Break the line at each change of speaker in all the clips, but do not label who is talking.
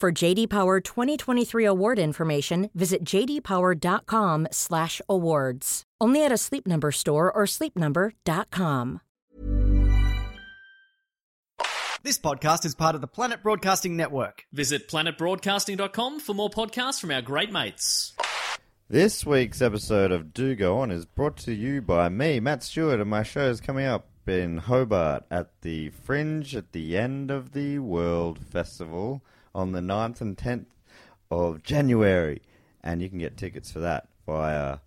For JD Power 2023 award information, visit jdpower.com/awards. Only at a Sleep Number store or sleepnumber.com.
This podcast is part of the Planet Broadcasting Network.
Visit planetbroadcasting.com for more podcasts from our great mates.
This week's episode of Do Go On is brought to you by me, Matt Stewart, and my show is coming up in Hobart at the Fringe at the End of the World Festival on the 9th and 10th of January. And you can get tickets for that via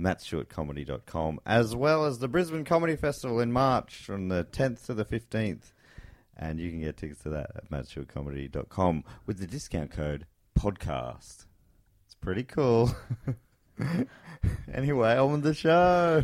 mattstewartcomedy.com as well as the Brisbane Comedy Festival in March from the 10th to the 15th. And you can get tickets to that at mattstewartcomedy.com with the discount code podcast. It's pretty cool. anyway, on with the show.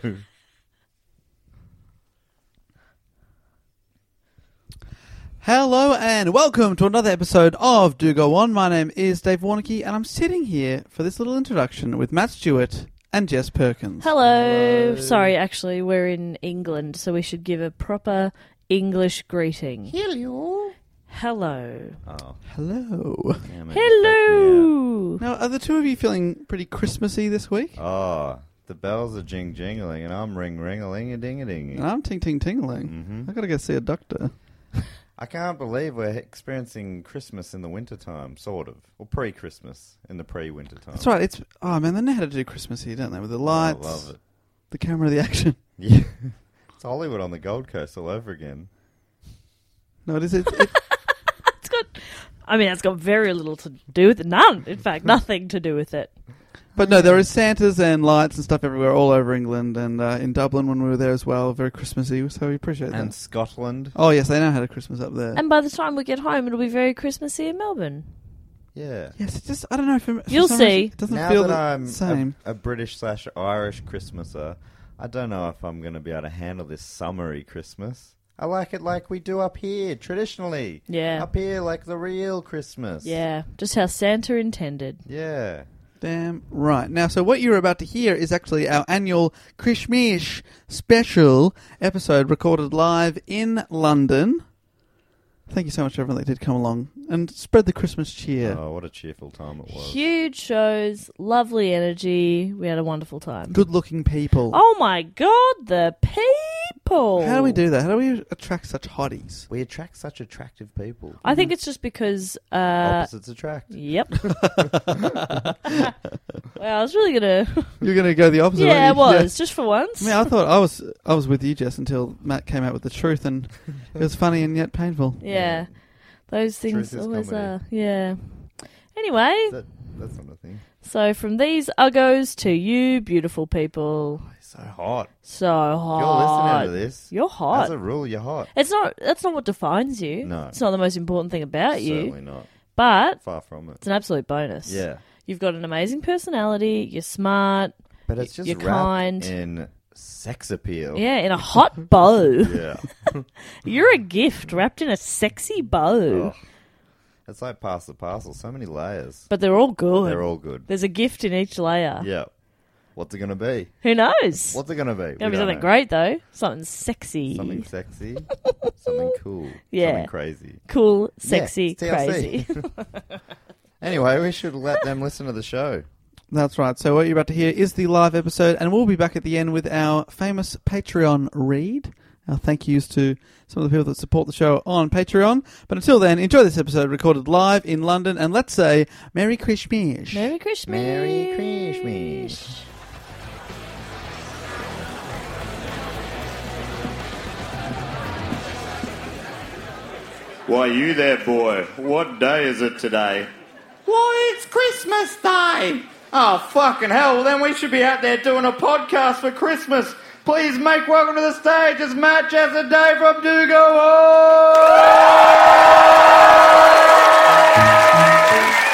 Hello and welcome to another episode of Do Go On. My name is Dave Warnicky and I'm sitting here for this little introduction with Matt Stewart and Jess Perkins.
Hello. Sorry, actually, we're in England, so we should give a proper English greeting.
Hello.
Hello.
Oh,
Hello.
damn it.
Hello.
Now, are the two of you feeling pretty Christmassy this week?
Oh, the bells are jing jingling and I'm ring ring a ling a ding a
And
ding.
I'm ting ting tingling. Mm-hmm. I gotta go see a doctor.
I can't believe we're experiencing Christmas in the wintertime, sort of. Or pre Christmas in the pre wintertime.
That's right. It's oh man, they know how to do Christmassy, don't they? With the
Oh, I
lights,
love it.
the camera, the action.
Yeah. it's Hollywood on the Gold Coast all over again.
No, it is. It, it,
It's got. I mean, that's got very little to do with it. None, in fact, nothing to do with it.
but no, there is Santas and lights and stuff everywhere, all over England and uh, in Dublin when we were there as well. Very Christmassy, so we appreciate
And
that.
Scotland.
Oh yes, they know how to Christmas up there.
And by the time we get home, it'll be very Christmassy in Melbourne.
Yeah.
Yes, it just I don't know. For, for
You'll
some
see.
reason, it doesn't
now
feel
that
the
I'm a-
same.
A, British slash Irish Christmaser, I don't know if I'm going to be able to handle this summery Christmas. I like it like we do up here traditionally.
Yeah.
Up here, like the real Christmas.
Yeah, just how Santa intended.
Yeah.
Damn right. Now, so what you're about to hear is actually our annual Krishmish special episode recorded live in London. Thank you so much, to everyone that did come along and spread the Christmas cheer.
Oh, what a cheerful time it was.
Huge shows, lovely energy. We had a wonderful time.
Good-looking people.
Oh my god, the people!
How do we do that? How do we attract such hotties?
We attract such attractive people.
I think it's just because uh,
Opposites attract.
Yep. wow, I was really gonna.
You're going to go the opposite.
yeah, it
aren't you?
was just for once.
I mean, I thought I was I was with you, Jess, until Matt came out with the truth, and it was funny and yet painful.
yeah, those things
Truth is
always
comedy.
are. Yeah. Anyway,
That, that's not a thing.
so from these uggos to you, beautiful people,
It's so hot.
so
You're
hot.
listening to this.
You're hot.
As a rule, you're hot.
it's not. That's not what defines you.
No.
it's not the most important thing about
Certainly
you.
not.
But
Far from it.
it's an absolute bonus.
Yeah.
You've got an amazing personality. You're smart.
But it's just
You're
wrapped
kind.
in sex appeal.
Yeah, in a hot bow.
Yeah. Oh.
You're a gift wrapped in a sexy bow.
Ugh. It's like pass the parcel. So many layers.
But they're all good.
They're all good.
There's a gift in each layer.
Yeah. What's it gonna be?
Who knows?
What's it gonna be?
Gonna
We
be
don't
something
know.
great though. Something sexy.
Something sexy. something cool.
Yeah.
Something crazy.
cool,
Yeah,
sexy,
it's TLC.
crazy.
anyway, we should let them listen to the show.
That's right. So what you're about to hear is the live episode, and we'll be back at the end with our famous Patreon read. Our thank yous to some of the people that support the show on Patreon. But until then, enjoy this episode recorded live in London, and let's say Merry Christmas.
Merry Christmas.
Merry Christmas. Why, you there, boy? What day is it today? Why, it's Christmas Day! Oh, fucking hell, well, then we should be out there doing a podcast for Christmas. Please make welcome to the stage as Matt Jazza Day from Do Go On!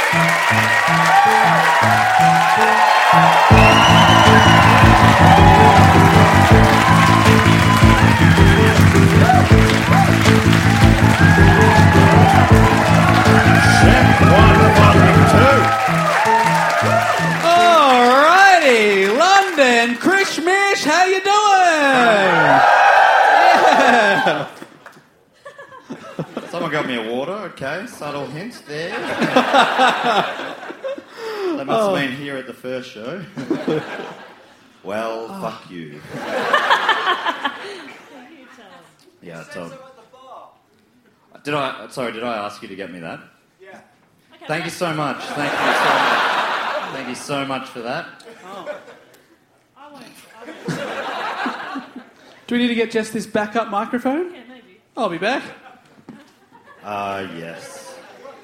Alrighty, London, Krishmish, how you doing? Yeah.
Someone got me a water, okay. Subtle hint there. that must have been here at the first show. well, fuck you. yeah, Tom. Did I? Sorry, did I ask you to get me that? Yeah. Thank you so much. Thank you so much. Thank you so much for that.
Do we need to get just this backup microphone? Yeah, maybe. I'll be back.
Ah, yes.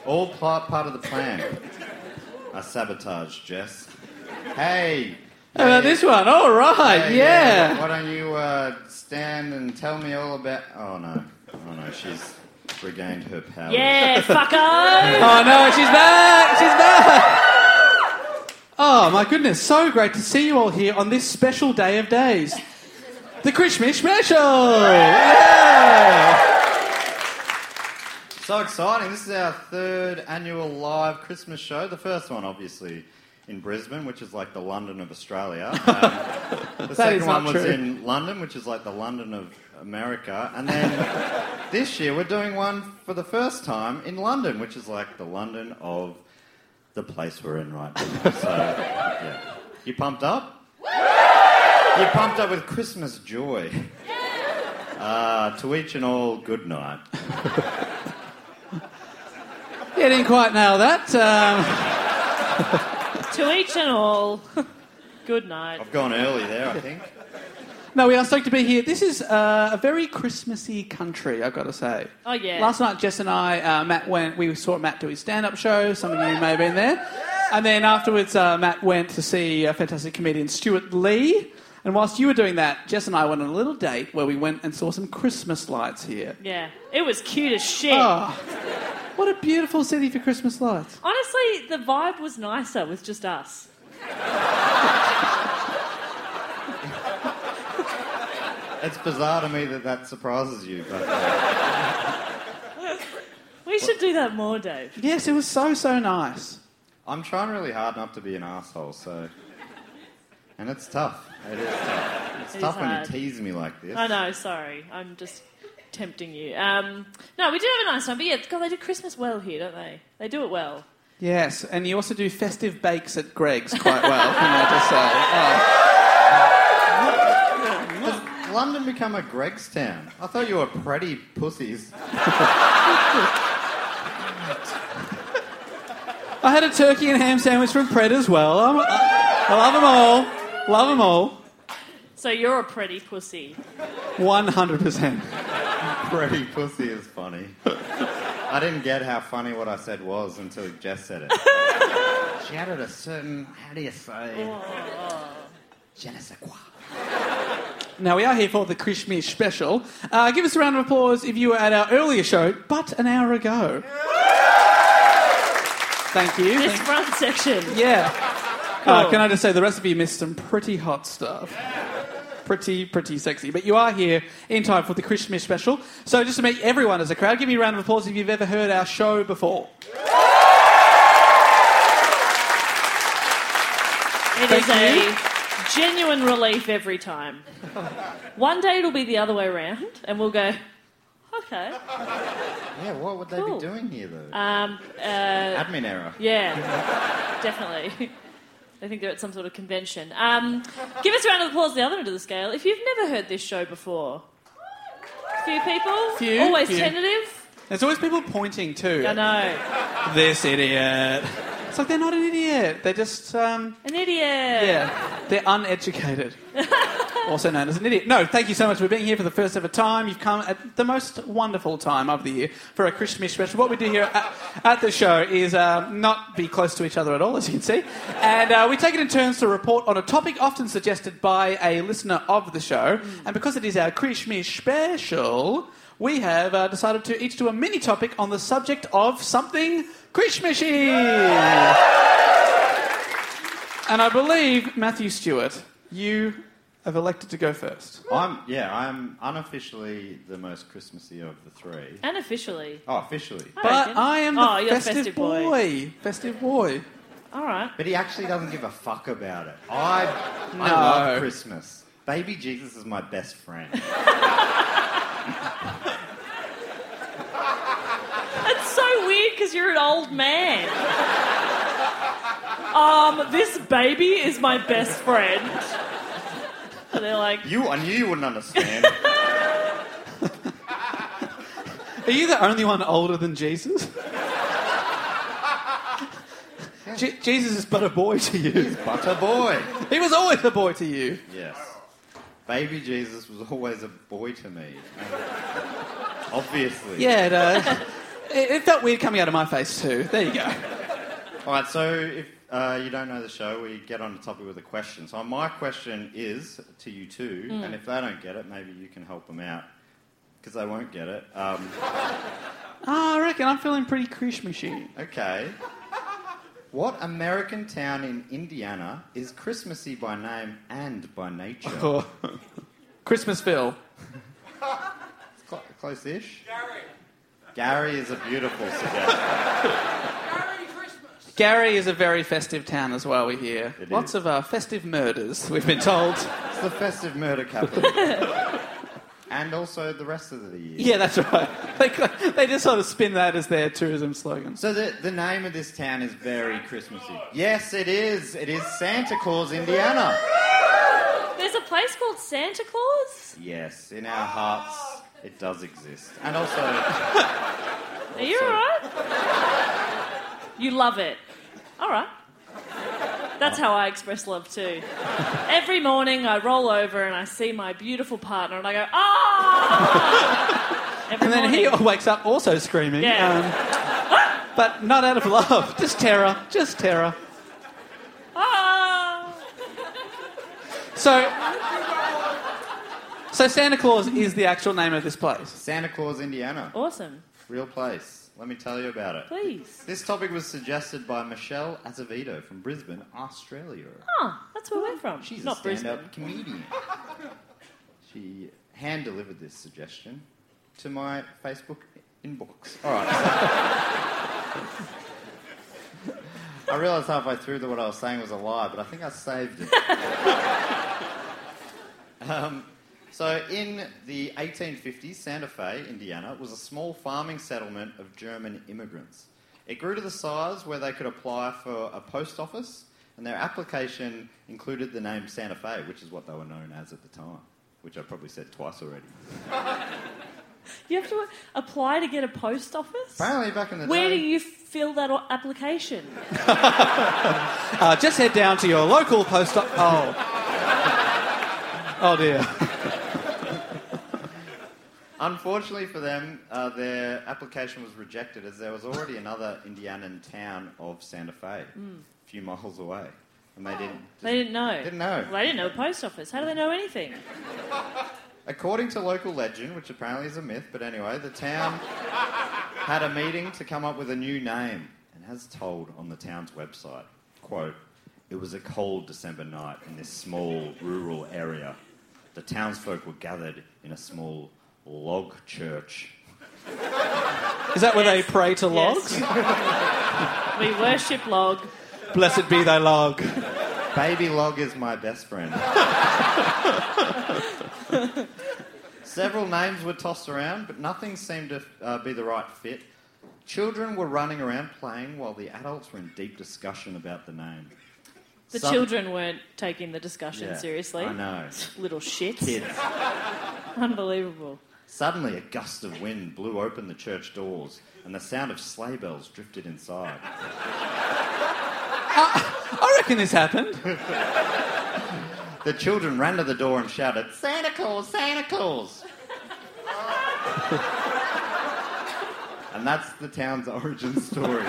All part, part of the plan. A sabotage, Jess. Hey,
How about this one? All right,
Hey,
yeah.
Why don't you uh, stand and tell me all about? Oh no, oh no, she's regained her powers.
Yeah, fucko.
Oh no, she's back! She's back! Oh my goodness, so great to see you all here on this special day of days. The Krishmish special! Yeah!
So exciting! This is our third annual live Christmas show. The first one, obviously, in Brisbane, which is like the London of Australia. Um, the
is
second
not
one was
true.
in London, which is like the London of America, and then this year we're doing one for the first time in London, which is like the London of the place we're in right now. So, yeah. you pumped up? You pumped up with Christmas joy. Uh, to each and all, good night.
Yeah, didn't quite nail that. Um,
to each and all. Good night.
I've gone early there, I think.
no, we are stoked to be here. This is uh, a very Christmassy country, I've got to say.
Oh, yeah.
Last night, Jess and I, uh, Matt went. We saw Matt do his stand-up show. Some of you may have been there. And then afterwards, uh, Matt went to see a fantastic comedian, Stuart Lee. And whilst you were doing that, Jess and I went on a little date where we went and saw some Christmas lights here.
Yeah, it was cute as shit.
Ah.
Oh, what a beautiful city for Christmas lights!
Honestly, the vibe was nicer with just us.
It's bizarre to me that that surprises you, but uh,
We should do that more, Dave.
Yes, it was so so nice.
I'm trying really hard not to be an asshole. So, and it's tough. It is tough. It's
It is
tough when you
hard.
tease me like this.
I know. Sorry, I'm just tempting you. Um, no, we did have a nice time, but yeah, God, they do Christmas well here, don't they? They do it well.
Yes, and you also do festive bakes at Greg's quite well. can I just say? Oh.
Has London become a Greg's town? I thought you were pretty pussies.
Oh. I had a turkey and ham sandwich from Pred as well. I'm, I, I love them all. Love them all.
So you're a pretty pussy.
One hundred percent.
Pretty pussy is funny. I didn't get how funny what I said was until Jess said it. she added a certain how do you say? Je ne sais quoi.
Now we are here for the Krishmish special. Uh, give us a round of applause if you were at our earlier show, but an hour ago. Thank you.
This
Thank-
front section.
yeah. Uh,
Cool.
can I just say the rest of you missed some pretty hot stuff. pretty, pretty sexy. But you are here in time for the Christmas special. So just to meet everyone as a crowd, give me a round of applause if you've ever heard our show before.
It is a genuine relief every time. One day it'll be the other way around, and we'll go, okay.
Yeah, what would
Cool.
they be doing here though?
Um, uh,
Admin error.
yeah, definitely. I think they're at some sort of convention. Um, give us a round of applause at the other end of the scale if you've never heard this show before. Few people,
Few,
always
few.
tentative.
There's always people pointing too.
I know,
This idiot. It's like they're not an idiot. They're just, um,
an idiot.
yeah, they're uneducated. also known as an idiot. No, thank you so much for being here for the first ever time. You've come at the most wonderful time of the year for a Christmas special. What we do here at, at the show is um, not be close to each other at all, as you can see. And uh, we take it in turns to report on a topic often suggested by a listener of the show. And because it is our Christmas special, we have uh, decided to each do a mini topic on the subject of something Christmasy. And I believe, Matthew Stewart, you have elected to go first.
I'm yeah, I'm unofficially the most Christmassy of the three.
And officially.
Oh, officially.
But
reckon.
I am the
Oh, you're
festive,
festive
boy.
boy.
Festive boy.
All right.
But he actually doesn't give a fuck about it. I, I
No.
love Christmas. Baby Jesus is my best friend.
It's so weird because you're an old man. Um, this baby is my best friend. And they're like,
You, I knew you wouldn't understand.
Are you the only one older than Jesus? Je- Jesus is but a boy to you.
Butter boy.
He was always a boy to you.
Yes. Baby Jesus was always a boy to me. Obviously.
Yeah, it, uh, it, it felt weird coming out of my face too. There you go.
All right, so if uh, you don't know the show, we get on the topic with a question. So my question is to you two,
Hmm.
and if they don't get it, maybe you can help them out because they won't get it. Um,
Ah, I reckon I'm feeling pretty Christmasy.
okay. What American town in Indiana is Christmassy by name and by nature?
Oh. Christmasville.
Cl- close-ish. Gary. Gary is a beautiful suggestion.
Gary is a very festive town as well, we hear.
It
Lots
is.
of uh, festive murders, we've been told.
It's the festive murder capital. and also the rest of the year.
yeah, that's right. They, they just sort of spin that as their tourism slogan.
So the, the name of this town is very Christmassy. Yes, it is. It is Santa Claus, Indiana.
there's a place called Santa Claus?
Yes, in our hearts, it does exist. And also,
Are you alright? You love it. Alright. That's how I express love too. Every morning I roll over and I see my beautiful partner and I go, ah! Every
And then
morning.
he wakes up also screaming.
Yeah.
um, but not out of love, just terror, just terror.
ah!
So, so Santa Claus is the actual name of this place.
Santa Claus, Indiana.
Awesome.
Real place. Let me tell you about it.
Please.
This topic was suggested by Michelle Acevedo from Brisbane, Australia.
Huh, that's where we're from.
She's
Ah, Not
a
Brisbane.
stand-up comedian. She hand-delivered this suggestion to my Facebook inbox. All right. I realised halfway through that what I was saying was a lie, but I think I saved it. So, in the 1850s, Santa Fe, Indiana, was a small farming settlement of German immigrants. It grew to the size where they could apply for a post office, and their application included the name Santa Fe, which is what they were known as at the time, which I probably said twice already.
You have to uh, apply to get a post office?
Apparently, back in the
Where do
day.
you fill that o- application?
Uh, just head down to your local post office. Oh. Oh dear.
Unfortunately for them, uh, their application was rejected as there was already another Indianan town of Santa Fe,
Hmm.
a few miles away. And
Oh.
they didn't.
They didn't know.
Didn't know.
Well, they didn't know a post office. How do they know anything?
According to local legend, which apparently is a myth, but anyway, the town had a meeting to come up with a new name, and as told on the town's website, quote, it was a cold December night in this small rural area. the townsfolk were gathered in a small log church.
Is that where
Yes.
they pray to logs?
Yes. we worship log.
Blessed be thy log.
Baby Log is my best friend. Several names were tossed around, but nothing seemed to uh, be the right fit. Children were running around playing while the adults were in deep discussion about the name.
The
Some-
children weren't taking the discussion
Yeah,
seriously.
I know.
Little shits.
Kids.
Unbelievable.
Suddenly, a gust of wind blew open the church doors, and the sound of sleigh bells drifted inside.
I reckon this happened.
The children ran to the door and shouted, Santa Claus, Santa Claus! and that's the town's origin story.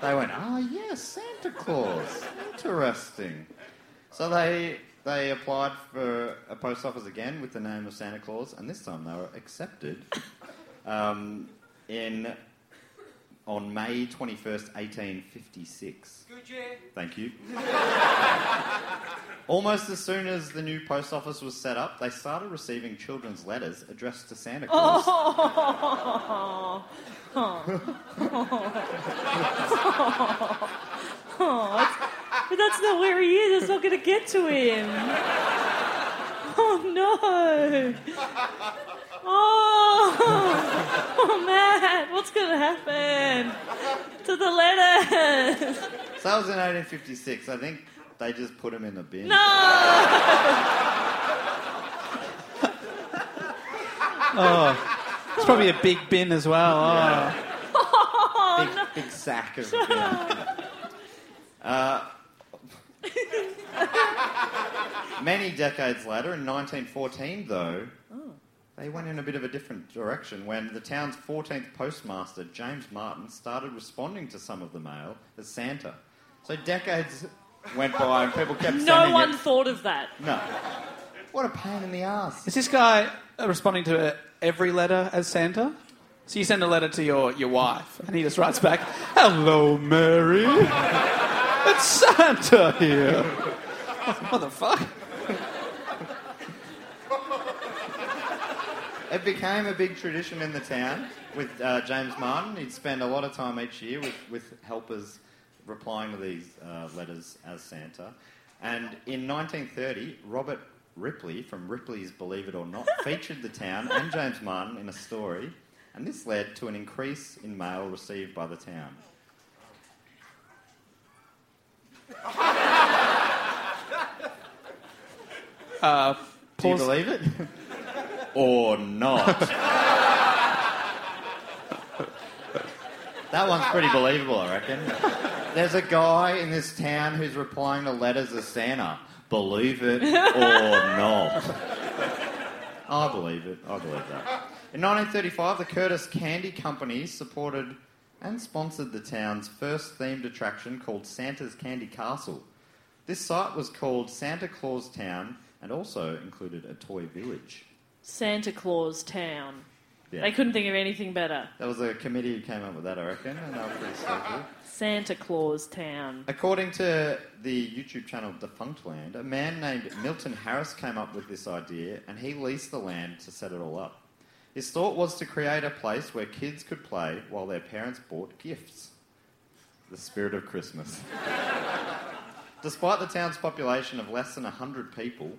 they went, Oh, yes, Santa Claus. Interesting. So they, they applied for a post office again with the name of Santa Claus, and this time they were accepted um, in, on May 21st, 1856. Thank you. Almost as soon as the new post office was set up, they started receiving children's letters addressed to Santa Claus.
Oh. But that's not where he is. It's not going to get to him. Oh no! Oh, oh Matt, what's going to happen to the letters?
So that was in 1856. I think they just put him in the bin.
No!
It's probably a big bin as well. Oh.
Oh,
Big, big sack of bin. Uh, many decades later, in 1914, though,
Oh.
they went in a bit of a different direction when the town's 14th postmaster, James Martin, started responding to some of the mail as Santa. So decades went by and people kept
No
sending
one
it.
thought of that.
No. What a pain in the ass.
Is this guy uh, responding to uh, every letter as Santa? So you send a letter to your, your wife, and he just writes back, "Hello, Mary. It's Santa here." What the fuck?
It became a big tradition in the town with uh, James Martin. He'd spend a lot of time each year with, with helpers replying to these uh, letters as Santa. And in 1930, Robert Ripley from Ripley's Believe It or Not featured the town and James Martin in a story, and this led to an increase in mail received by the town. Do you
Pause.
believe it? or not? that one's pretty believable, I reckon. There's a guy in this town who's replying to letters as Santa. Believe it or not. I believe it. I believe that. In 1935, the Curtis Candy Company supported and sponsored the town's first themed attraction called Santa's Candy Castle. This site was called Santa Claus Town and also included a toy village.
Santa Claus Town.
Yeah.
They couldn't think of anything better.
There was a committee who came up with that, I reckon, and they were pretty stoked.
Santa Claus Town.
According to the YouTube channel Defunct Land, a man named Milton Harris came up with this idea and he leased the land to set it all up. His thought was to create a place where kids could play while their parents bought gifts. The spirit of Christmas. Despite the town's population of less than 100 people,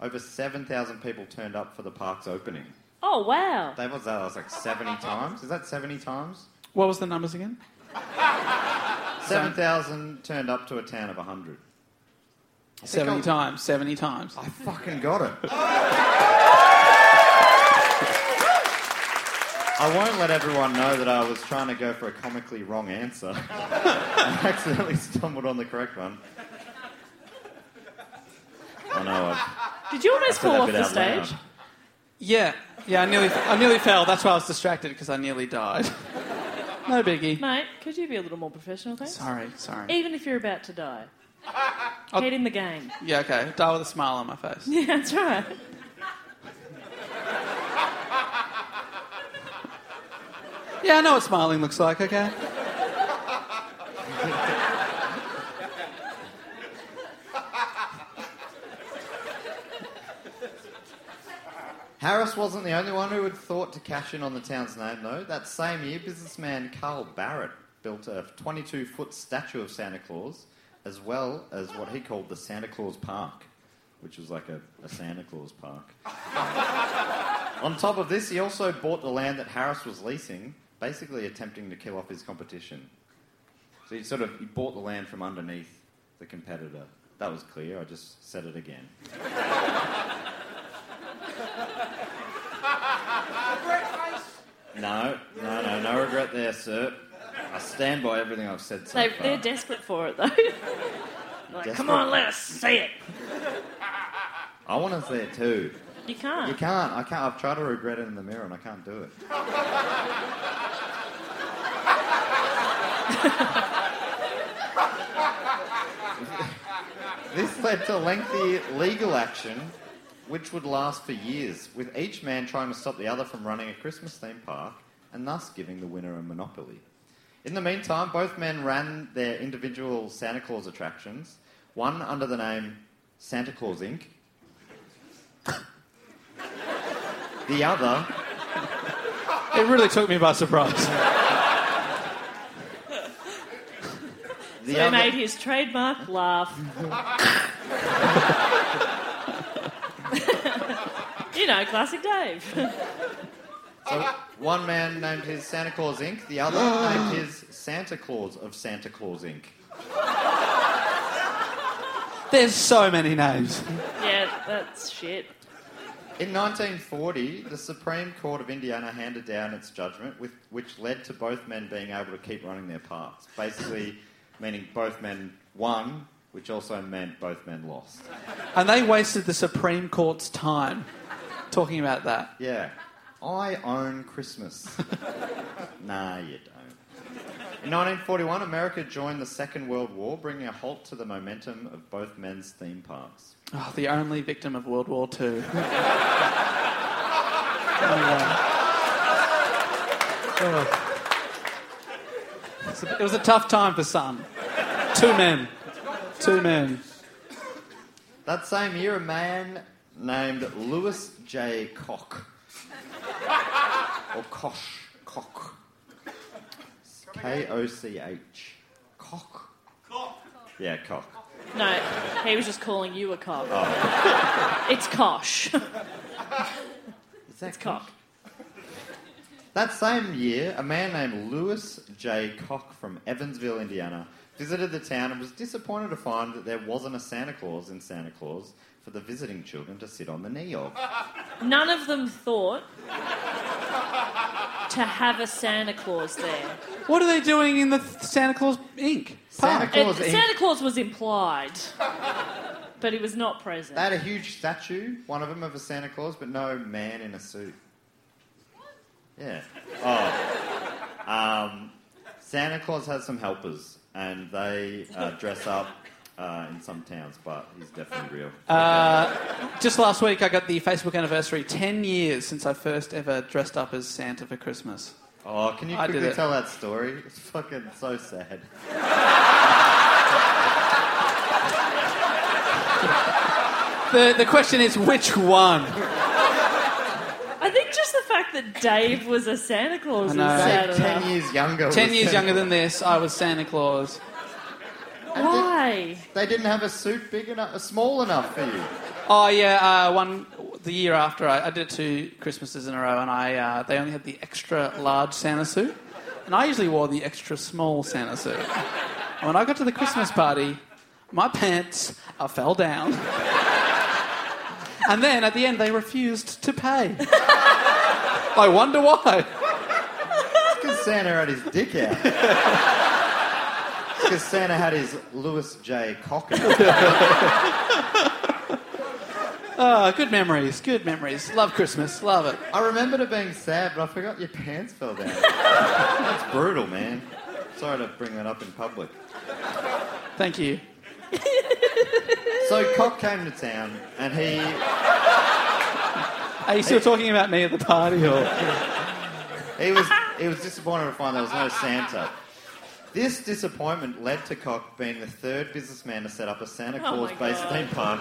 over 7,000 people turned up for the park's opening.
Oh wow!
That was, that was like 70 times. Is that 70 times?
What was the numbers again?
7,000 turned up to a town of 100.
Seventy
I'll-
times. Seventy times.
I fucking got it. I won't let everyone know that I was trying to go for a comically wrong answer. I accidentally stumbled on the correct one. I know. I've
Did you almost
said
fall
that
off
bit
the
out loud.
stage?
Yeah, yeah. I nearly I nearly fell. That's why I was distracted because I nearly died. No biggie.
Mate, could you be a little more professional, thanks?
Sorry, sorry.
Even if you're about to die. Get in the game.
Yeah, okay. Die with a smile on my face.
Yeah, that's right.
Yeah, I know what smiling looks like. Okay.
Harris wasn't the only one who had thought to cash in on the town's name, though. That same year, businessman Carl Barrett built a 22 foot statue of Santa Claus, as well as what he called the Santa Claus Park, which was like a, a Santa Claus park. on top of this, he also bought the land that Harris was leasing, basically attempting to kill off his competition. So he sort of he bought the land from underneath the competitor. That was clear. I just said it again. No, no, no, no regret there, sir. I stand by everything I've said so
They,
far.
they're desperate for it, though. like, come on, let us see it.
I want to say it too.
You can't.
You can't. I can't. I've tried to regret it in the mirror and I can't do it. this led to lengthy legal action, which would last for years, with each man trying to stop the other from running a Christmas theme park and thus giving the winner a monopoly. In the meantime, both men ran their individual Santa Claus attractions, one under the name Santa Claus Inc., the other
It really took me by surprise.
The
They
other,
made his trademark laugh. you know, classic Dave.
so one man named his Santa Claus Inc., the other named his Santa Claus of Santa Claus Inc.
There's so many names.
yeah, that's shit.
In 1940, the Supreme Court of Indiana handed down its judgment, with, which led to both men being able to keep running their parks. Basically, meaning both men won, which also meant both men lost.
And they wasted the Supreme Court's time talking about that.
Yeah. I own Christmas. nah, you don't. In 1941, America joined the Second World War, bringing a halt to the momentum of both men's theme parks.
Oh, the only victim of World War Oh, II. It was Oh. a tough time for some. Two men. Two men.
That same year, a man named Lewis J. Koch, or Kosh, Koch, K O C H, Koch. Yeah, Koch.
No, he was just calling you a cock. It's kosh.
Is that
It's cock.
That same year, a man named Lewis J. Koch from Evansville, Indiana, visited the town and was disappointed to find that there wasn't a Santa Claus in Santa Claus for the visiting children to sit on the knee of.
None of them thought to have a Santa Claus there.
What are they doing in the Santa Claus Inc?
Santa
It-
Claus eh? Inc.
Santa Claus was implied, but he was not present.
They had a huge statue, one of them of a Santa Claus, but no man in a suit. Yeah. Oh. Um, Santa Claus has some helpers, and they uh, dress up uh, in some towns, but he's definitely real.
Just last week, I got the Facebook anniversary. Ten years since I first ever dressed up as Santa for Christmas.
Oh, can you
I did
quickly
it.
tell that story? It's fucking so sad.
The, the question is, which one?
I think just the fact that Dave was a Santa Claus
I
is
know.
sad
Ten
enough.
years younger. was
Ten years
Santa
younger than this, I was Santa Claus.
Claus. And
Why?
They, they didn't have a suit big enough, small enough for you.
Oh yeah, uh, one the year after I, I did it two Christmases in a row, and I uh, they only had the extra large Santa suit, and I usually wore the extra small Santa suit. And when I got to the Christmas party, my pants I fell down, and then at the end they refused to pay. I wonder why.
Because Santa had his dick out. Because Santa had his Louis J. Cocker.
Oh, good memories, good memories. Love Christmas, love it.
I remembered it being sad, but I forgot your pants fell down. That's brutal, man. Sorry to bring that up in public.
Thank you.
So Cock came to town, and he
Are you still talking about me at the party or?
He was he was disappointed to find there was no Santa. This disappointment led to Cock being the third businessman to set up a Santa
Oh
Claus
my
based
God.
theme park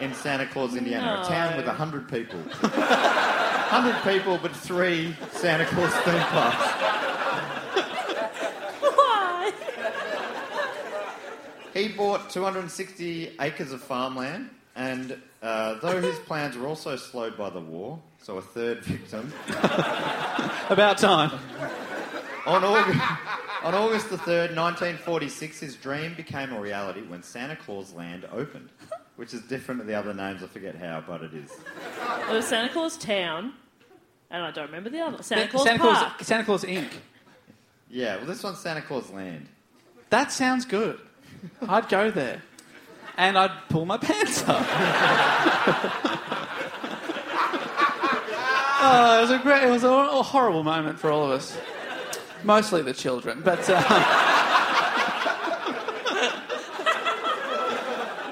in Santa Claus, Indiana, a town with 100 people. 100 people, but three Santa Claus theme parks.
Why?
He bought 260 acres of farmland, and uh, though his plans were also slowed by the war, so a third victim,
About time.
On August, on August the 3rd, 1946, his dream became a reality when Santa Claus Land opened, which is different to the other names. I forget how, but it is.
It was Santa Claus Town, and I don't remember the other. Santa
Santa
Claus
Claus, Santa
Park.
Claus, Santa Claus Inc.
Yeah, well, this one's Santa Claus Land.
That sounds good. I'd go there. And I'd pull my pants up. oh, it was a great, it was a, a horrible moment for all of us. Mostly the children, but uh,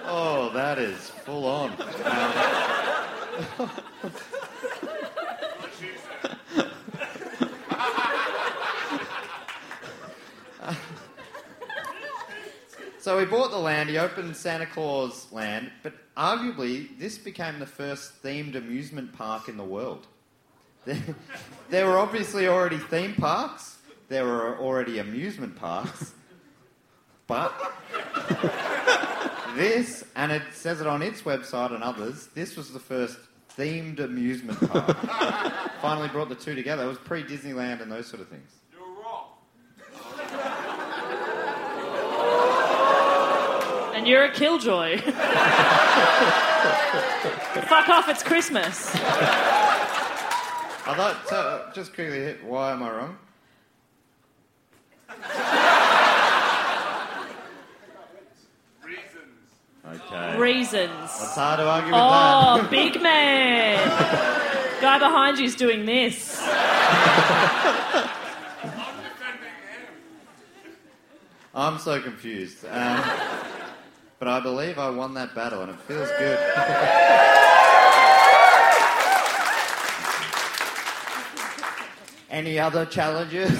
Oh, that is full on. Um, So he bought the land, he opened Santa Claus Land, but arguably this became the first themed amusement park in the world. There, there were obviously already theme parks, there were already amusement parks, but this, and it says it on its website and others, this was the first themed amusement park. Finally brought the two together. It was pre Disneyland and those sort of things.
And you're a killjoy. Fuck off, it's Christmas.
I thought, so, just quickly hit why am I wrong? Okay.
Reasons.
it's hard to argue with that.
Oh, big man. Guy behind you's doing this.
I'm so confused. Um, but I believe I won that battle and it feels good. Any other challenges?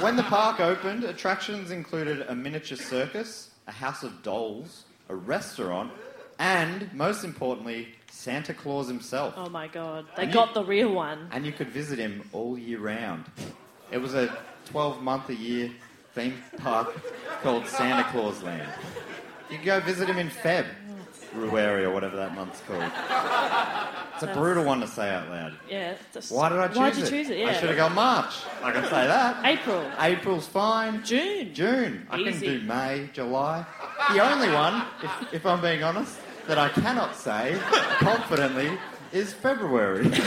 when the park opened, attractions included a miniature circus, a house of dolls, a restaurant, and most importantly, Santa Claus himself.
Oh my god. They got the real one.
And you could visit him all year round. It was a 12 month a year theme park called Santa Claus Land. You could go visit him in Feb, Ruari or whatever that month's called. It's a brutal one to say out loud.
Yeah. just-
Why did I choose
Why'd you
it?
choose it?
I should have
Yeah.
gone March. I can say that.
April.
April's fine.
June.
June. I can
Easy.
do May, July. The only one, if, if I'm being honest, that I cannot say confidently is February. so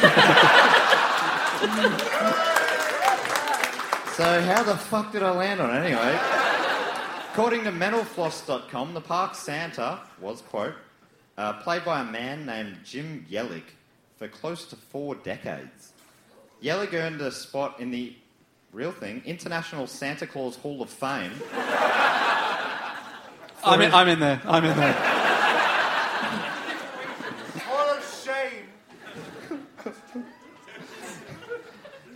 how the fuck did I land on it anyway? According to mentalfloss.com, the park Santa was, quote, uh, played by a man named Jim Yellick for close to four decades. Yellick earned a spot in the real thing, International Santa Claus Hall of Fame.
I'm, in, I'm in there. I'm in there.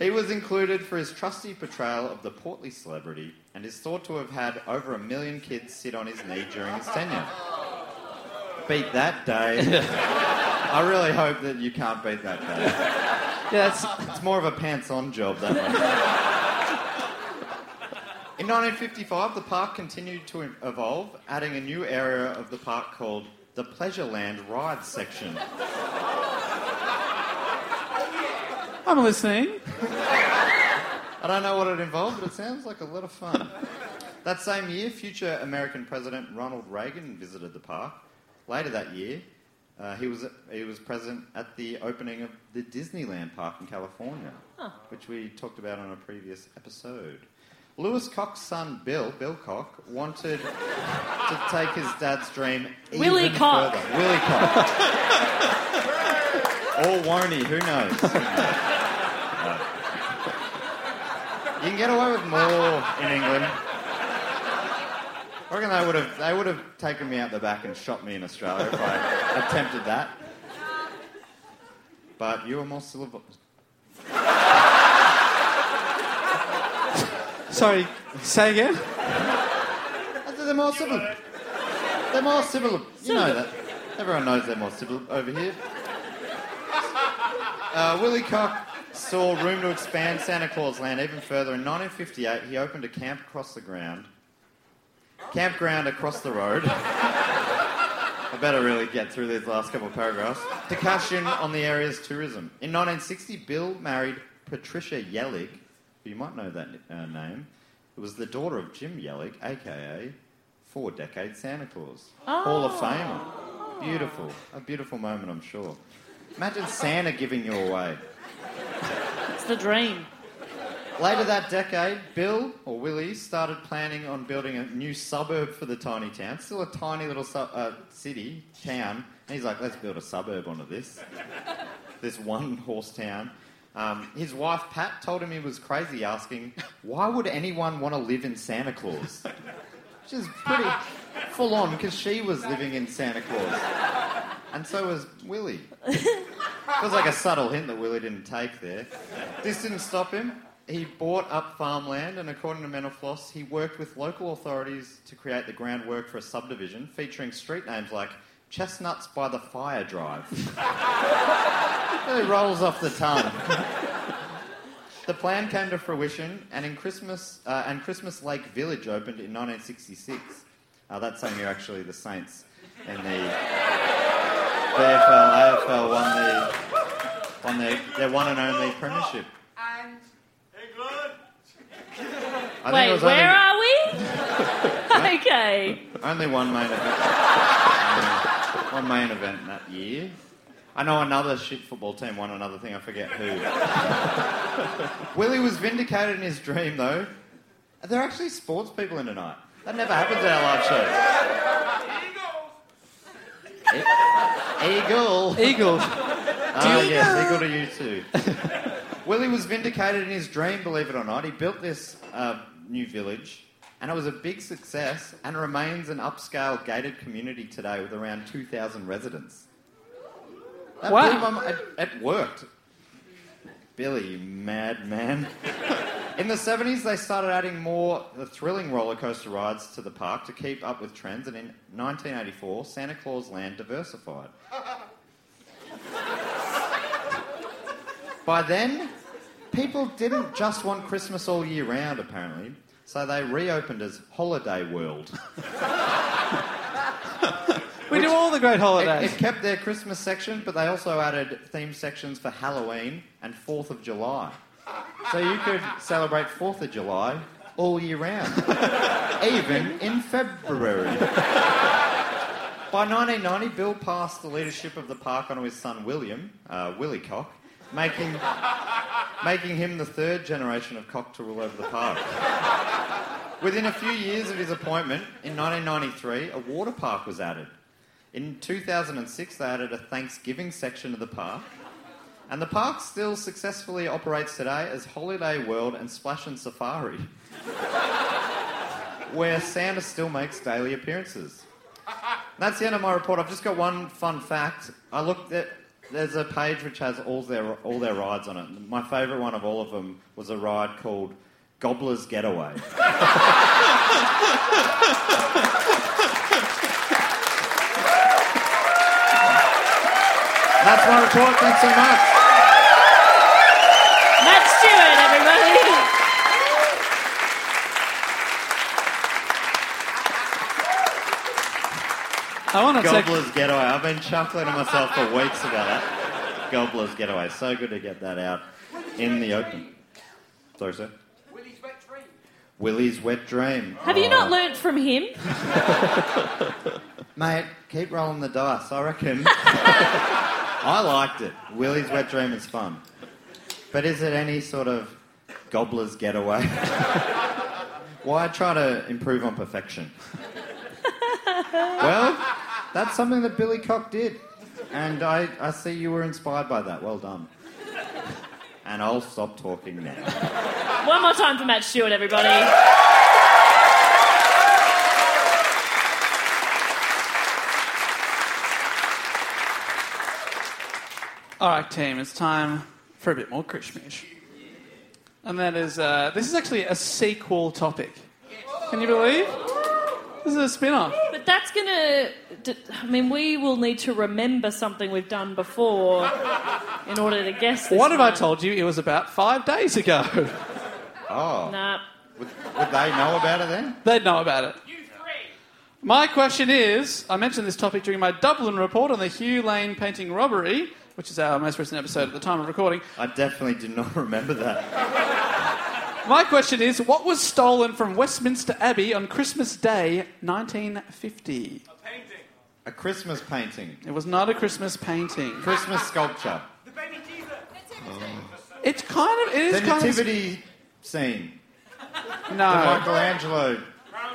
He was included for his trusty portrayal of the portly celebrity and is thought to have had over a million kids sit on his knee during his tenure. Beat that day. I really hope that you can't beat that day.
Yeah, that's,
It's more of a pants on job, that one. In 1955, the park continued to evolve, adding a new area of the park called the Pleasureland Ride section.
I'm listening.
I don't know what it involved, but it sounds like a lot of fun. that same year, future American President Ronald Reagan visited the park. Later that year, uh, he, was, he was present at the opening of the Disneyland Park in California, which we talked about on a previous episode. Lewis Cox's son, Bill, Bill Cock, wanted to take his dad's dream
Willie
even
Cock.
further. Willie Cock. or won't he? Who knows? You can get away with more in England. I reckon they would have they would have taken me out the back and shot me in Australia if I attempted that. But you were more civil. uh,
Sorry, say again.
I said They're more civil. They're more civil. You know that. Everyone knows they're more civil over here. Uh, Willie Cock saw room to expand Santa Claus Land even further. In 1958, he opened a camp across the ground. Campground across the road. I better really get through these last couple of paragraphs. To cash in on the area's tourism. In 1960, Bill married Patricia Yellig, who you might know that uh, name. It was the daughter of Jim Yellig, aka four decade Santa Claus. Hall of Famer. Beautiful. A beautiful moment, I'm sure. Imagine Santa giving you away.
It's the dream.
Later that decade, Bill or Willie started planning on building a new suburb for the tiny town. Still a tiny little su- uh, city, town. And he's like, let's build a suburb onto this. this one horse town. Um, his wife, Pat, told him he was crazy, asking, why would anyone want to live in Santa Claus? Which is pretty full on because she was living in Santa Claus. And so was Willie. Feels like a subtle hint that Willie didn't take there. This didn't stop him. He bought up farmland, and according to Menofloss, he worked with local authorities to create the groundwork for a subdivision featuring street names like Chestnuts by the Fire Drive. it rolls off the tongue. The plan came to fruition, and in Christmas, uh, and Christmas Lake Village opened in 1966. Uh, that same year, actually, the Saints in the AFL AFL won the won their, their one and only premiership. I think it
Wait,
was
where
only,
are we? okay.
only one main event. one main event that year. I know another shit football team won another thing. I forget who. Willie was vindicated in his dream, though. Are there actually sports people in tonight? That never happens at our live shows. E- Eagle.
Eagles.
Oh, yes, equal to you too. Willie was vindicated in his dream, believe it or not. He built this uh, new village, and it was a big success and remains an upscale gated community today with around 2,000 residents. That
Wow.
blew my mi- it, it worked. Billy, you madman. in the 70s, they started adding more the thrilling roller coaster rides to the park to keep up with trends, and in 1984, Santa Claus Land diversified. By then, people didn't just want Christmas all year round, apparently, so they reopened as Holiday World.
We do all the great
It,
holidays.
it kept their Christmas section, but they also added theme sections for Halloween and 4th of July. So you could celebrate 4th of July all year round, even in February. By 1990, Bill passed the leadership of the park onto his son William, uh, Willie Cock, making, making him the third generation of cock to rule over the park. Within a few years of his appointment, in 1993, a water park was added. In 2006, they added a Thanksgiving section of the park. And the park still successfully operates today as Holiday World and Splash and Safari, where Santa still makes daily appearances. That's the end of my report. I've just got one fun fact. I looked at there's a page which has all their all their rides on it. My favourite one of all of them was a ride called Gobbler's Getaway. That's my report. Thanks so much.
Matt Stewart, everybody.
I want to take.
Gobbler's Getaway. I've been chuckling to myself for weeks about that. Gobbler's Getaway. So good to get that out in the open. Sorry, sir. Willie's Wet Dream.
Have you
Oh.
not learnt from him?
Mate, keep rolling the dice, I reckon. I liked it. Willie's Wet Dream is fun. But is it any sort of Gobbler's Getaway? Why try to improve on perfection? well, that's something that Billy Cock did. And I, I see you were inspired by that. Well done. And I'll stop talking now.
One more time for Matt Stewart, everybody.
All right, team, it's time for a bit more Krishmish. And that is, uh, this is actually a sequel topic. Can you believe? This is a spin off.
But that's going to. I mean, we will need to remember something we've done before in order to guess this.
What have I
one.
told you? It was about five days ago.
Oh.
Nah.
Would, would they know about it then?
They'd know about it. My question is I mentioned this topic during my Dublin report on the Hugh Lane painting robbery, which is our most recent episode at the time of recording.
I definitely did not remember that.
My question is what was stolen from Westminster Abbey on Christmas Day 1950?
A Christmas painting.
It was not a Christmas painting.
Christmas sculpture.
It's kind of. It is
The
kind
nativity scene.
of. No.
Michelangelo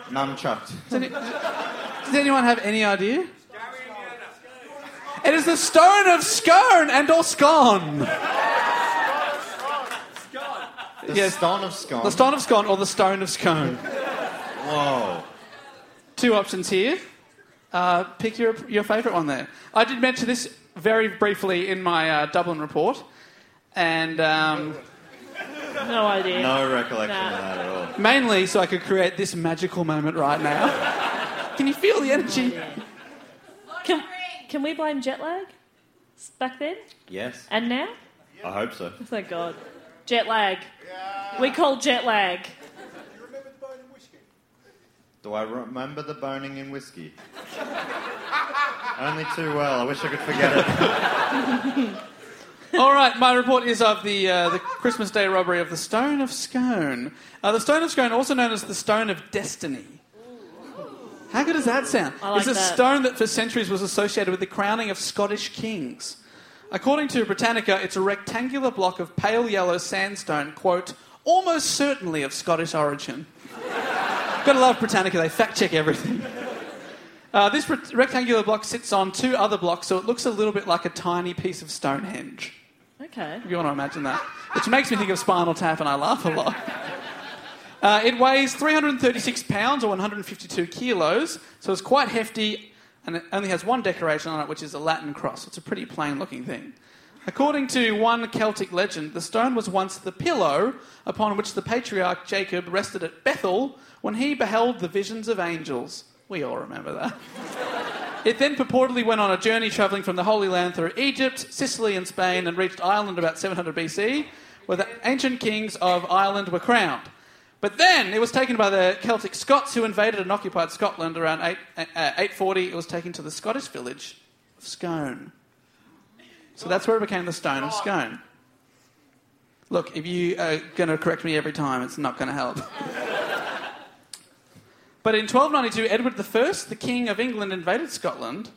nunchucked.
Does any- does anyone have any idea? It is the stone of scone and or scone.
The
Yes.
stone of scone.
The stone of scone or the stone of scone.
Whoa.
Two options here. Uh, pick your, your favourite one there. I did mention this very briefly in my uh, Dublin report. And um,
No idea.
No recollection
Nah.
of that at all.
mainly so I could create this magical moment right now. Can you feel the energy?
Can, can we blame jet lag? S- Back then?
Yes.
And now?
I hope so.
Thank God. Jet lag. We call jet lag.
Do I remember the boning in whiskey? Only too well. I wish I could forget it.
All right, my report is of the, uh, the Christmas Day robbery of the Stone of Scone. Uh, the Stone of Scone, also known as the Stone of Destiny. How good does that sound?
I like
it's a
that.
stone that for centuries was associated with the crowning of Scottish kings. According to Britannica, it's a rectangular block of pale yellow sandstone, quote, almost certainly of Scottish origin. Gotta love Britannica, they fact check everything. Uh, this re- rectangular block sits on two other blocks, so it looks a little bit like a tiny piece of Stonehenge
Okay.
if you want to imagine that. Which makes me think of Spinal Tap, and I laugh a lot. Uh, it weighs 336 pounds or 152 kilos, so it's quite hefty, and it only has one decoration on it, which is a Latin cross. It's a pretty plain looking thing. According to one Celtic legend, the stone was once the pillow upon which the patriarch Jacob rested at Bethel when he beheld the visions of angels. We all remember that. It then purportedly went on a journey travelling from the Holy Land through Egypt, Sicily, and Spain, and reached Ireland about 700 BC, where the ancient kings of Ireland were crowned. But then it was taken by the Celtic Scots, who invaded and occupied Scotland around 8, uh, 840. It was taken to the Scottish village of Scone. So that's where it became the Stone of Scone. Look, if you are going to correct me every time, it's not going to help. But in 1292, Edward I, the King of England, invaded Scotland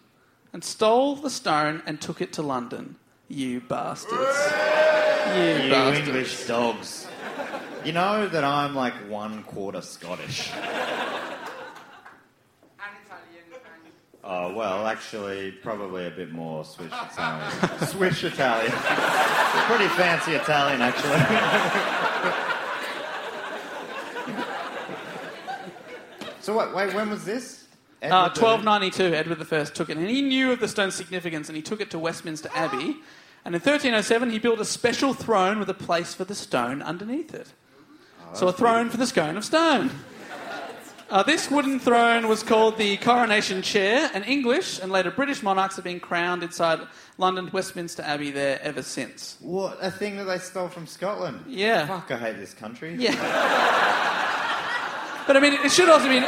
and stole the stone and took it to London. You bastards. You,
You
bastards.
English dogs. You know that I'm like one quarter Scottish. Oh, well, actually, probably a bit more Swiss Italian. Swiss Italian. Pretty fancy Italian, actually. so, what, wait, when was this?
Uh,
Edward the-
1292, Edward I took it, and he knew of the stone's significance, and he took it to Westminster Abbey. And in 1307, he built a special throne with a place for the stone underneath it. so a throne for the scone of stone. Uh, this wooden throne was called the coronation chair, and English and later British monarchs have been crowned inside London's Westminster Abbey there ever since.
What, a thing that they stole from Scotland?
Yeah.
Fuck, I hate this country.
Yeah. but I mean, it should also mean.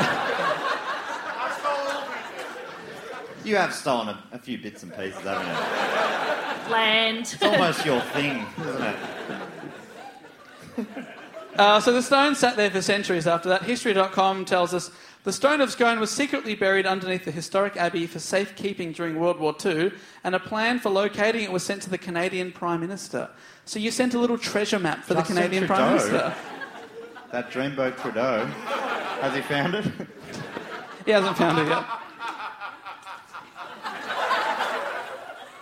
You have stolen a, a few bits and pieces, haven't you?
Land.
almost your thing, isn't it?
Uh, so the stone sat there for centuries after that. History.com tells us the stone of Scone was secretly buried underneath the historic abbey for safekeeping during World War II, and a plan for locating it was sent to the Canadian Prime Minister. So you sent a little treasure map for
Justin
the Canadian Prime
Trudeau.
Minister.
That dreamboat Trudeau. Has he found it?
He hasn't found it yet.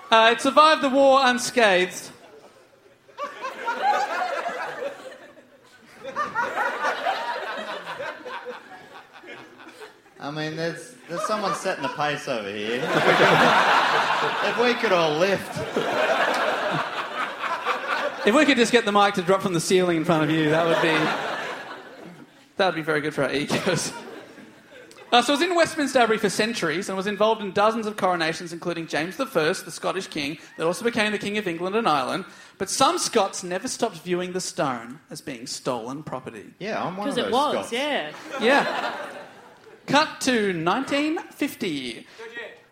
Uh, it survived the war unscathed.
I mean, there's there's someone setting the pace over here. if we could all lift,
If we could just get the mic to drop from the ceiling in front of you, that would be that would be very good for our egos. Uh, so it was in Westminster Abbey for centuries and was involved in dozens of coronations, including James I, the Scottish king, that also became the King of England and Ireland. But some Scots never stopped viewing the stone as being stolen property.
Yeah, I'm one of
Because
those
it was,
Scots.
yeah.
Yeah. Cut to 1950,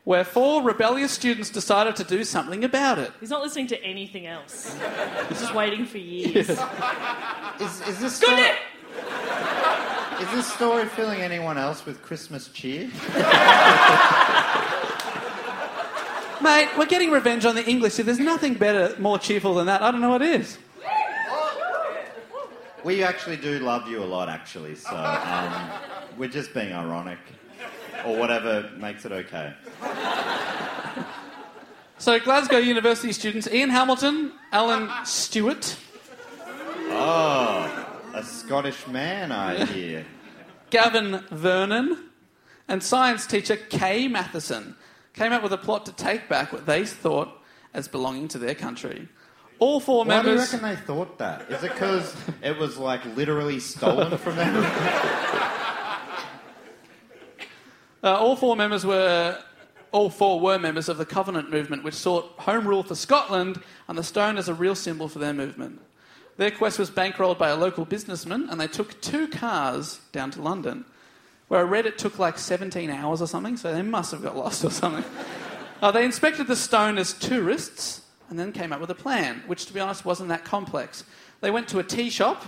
where four rebellious students decided to do something about it.
He's not listening to anything else. He's just waiting for years.
Is, is this
Good
story,
day.
is this story filling anyone else with Christmas cheer?
Mate, we're getting revenge on the English. If there's nothing better, more cheerful than that, I don't know what is.
We actually do love you a lot, actually. So um, we're just being ironic, or whatever makes it okay.
So, Glasgow University students Ian Hamilton, Alan Stewart,
A Scottish man, I hear.
Gavin Vernon, and science teacher Kay Matheson came up with a plot to take back what they thought as belonging to their country. All four
Why do you
members.
reckon they thought that? Is it because it was like literally stolen from them?
Uh, all four members were, all four were members of the Covenant movement, which sought home rule for Scotland, and the stone is a real symbol for their movement. Their quest was bankrolled by a local businessman, and they took two cars down to London, where I read it took like 17 hours or something, so they must have got lost or something. Uh, they inspected the stone as tourists, and then came up with a plan, which, to be honest, wasn't that complex. They went to a tea shop,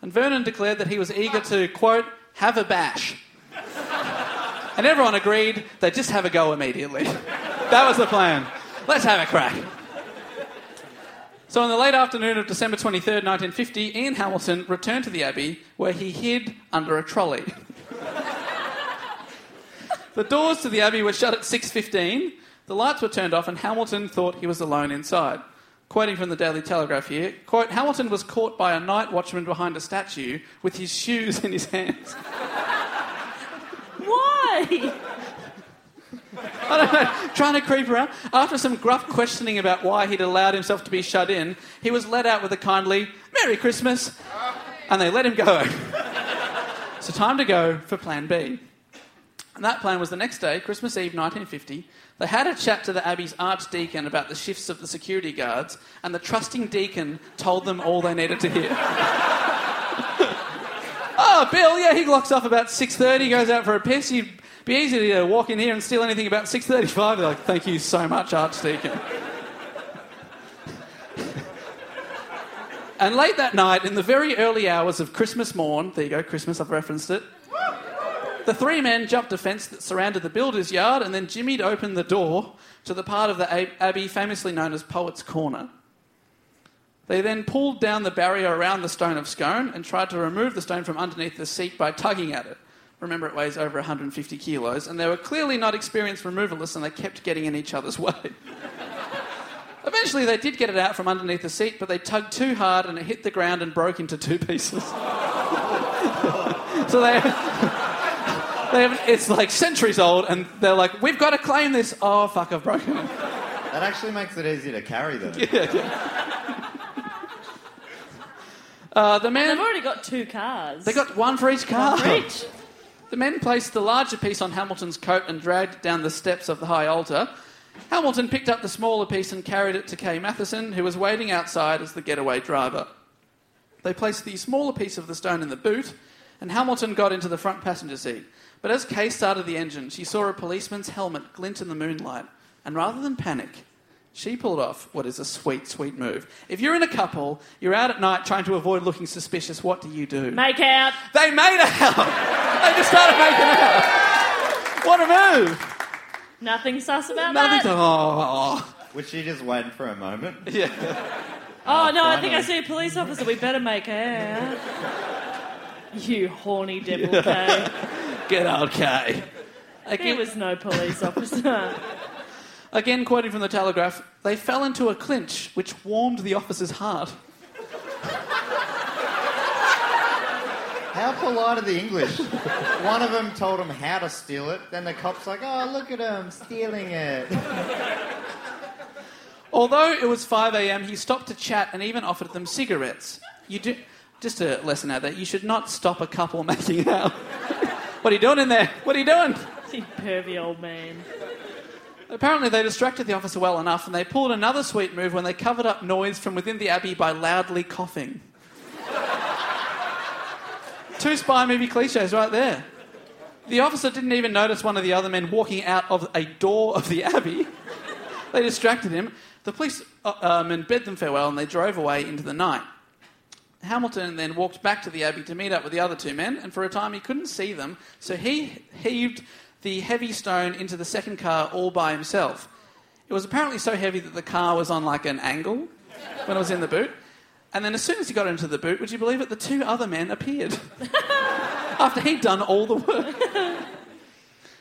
and Vernon declared that he was eager to, quote, have a bash. And everyone agreed they just have a go immediately. that was the plan. Let's have a crack. So, on the late afternoon of December 23rd, 1950, Ian Hamilton returned to the Abbey where he hid under a trolley. the doors to the Abbey were shut at 6.15, the lights were turned off, and Hamilton thought he was alone inside. Quoting from the Daily Telegraph here, quote, Hamilton was caught by a night watchman behind a statue with his shoes in his hands.
Why?
I don't know, trying to creep around. After some gruff questioning about why he'd allowed himself to be shut in, he was let out with a kindly "Merry Christmas," and they let him go. so time to go for Plan B. And that plan was the next day, Christmas Eve, 1950. They had a chat to the Abbey's archdeacon about the shifts of the security guards, and the trusting deacon told them all they needed to hear. Oh, Bill, yeah, he locks off about 6.30, goes out for a piss. You'd be easy to walk in here and steal anything about 6.35. They're like, thank you so much, Archdeacon. and late that night, in the very early hours of Christmas morn, there you go, Christmas, I've referenced it, the three men jumped a fence that surrounded the builder's yard and then jimmied open the door to the part of the a- abbey famously known as Poets' Corner. They then pulled down the barrier around the stone of scone and tried to remove the stone from underneath the seat by tugging at it. Remember, it weighs over 150 kilos, and they were clearly not experienced removalists and they kept getting in each other's way. Eventually, they did get it out from underneath the seat, but they tugged too hard and it hit the ground and broke into two pieces. so they. They have, it's like centuries old, and they're like, "We've got to claim this." Oh fuck! I've broken it.
That actually makes it easier to carry, though.
Uh, the
They've
man
already got two cars.
they got one for each car.
One for each.
The men placed the larger piece on Hamilton's coat and dragged it down the steps of the high altar. Hamilton picked up the smaller piece and carried it to Kay Matheson, who was waiting outside as the getaway driver. They placed the smaller piece of the stone in the boot, and Hamilton got into the front passenger seat. But as Kay started the engine, she saw a policeman's helmet glint in the moonlight, and rather than panic, she pulled off what is a sweet, sweet move. If you're in a couple, you're out at night trying to avoid looking suspicious, what do you do?
Make out.
They made out. They just started making out. What a move!
Nothing sus about
Nothing
that.
to- oh.
Was she just waiting for a moment?
Oh no, I think
Finally.
I see a police officer. We better make out. you horny devil, Kay.
Get out, Kay.
There
Again,
was no police officer.
again, quoting from the Telegraph, they fell into a clinch, which warmed the officer's heart.
How polite are the English? One of them told him how to steal it. Then the cop's like, "Oh, look at him stealing it."
Although it was 5 a.m., he stopped to chat and even offered them cigarettes. You do. Just a lesson out there, you should not stop a couple making out. What are you doing in there? What are you doing?
You pervy old man.
Apparently, they distracted the officer well enough, and they pulled another sweet move when they covered up noise from within the abbey by loudly coughing. Two spy movie cliches right there. The officer didn't even notice one of the other men walking out of a door of the abbey. They distracted him. The policemen uh, um, bid them farewell, and they drove away into the night. Hamilton then walked back to the abbey to meet up with the other two men, and for a time he couldn't see them, so he heaved the heavy stone into the second car all by himself. It was apparently so heavy that the car was on like an angle when it was in the boot. And then, as soon as he got into the boot, would you believe it? The two other men appeared after he'd done all the work.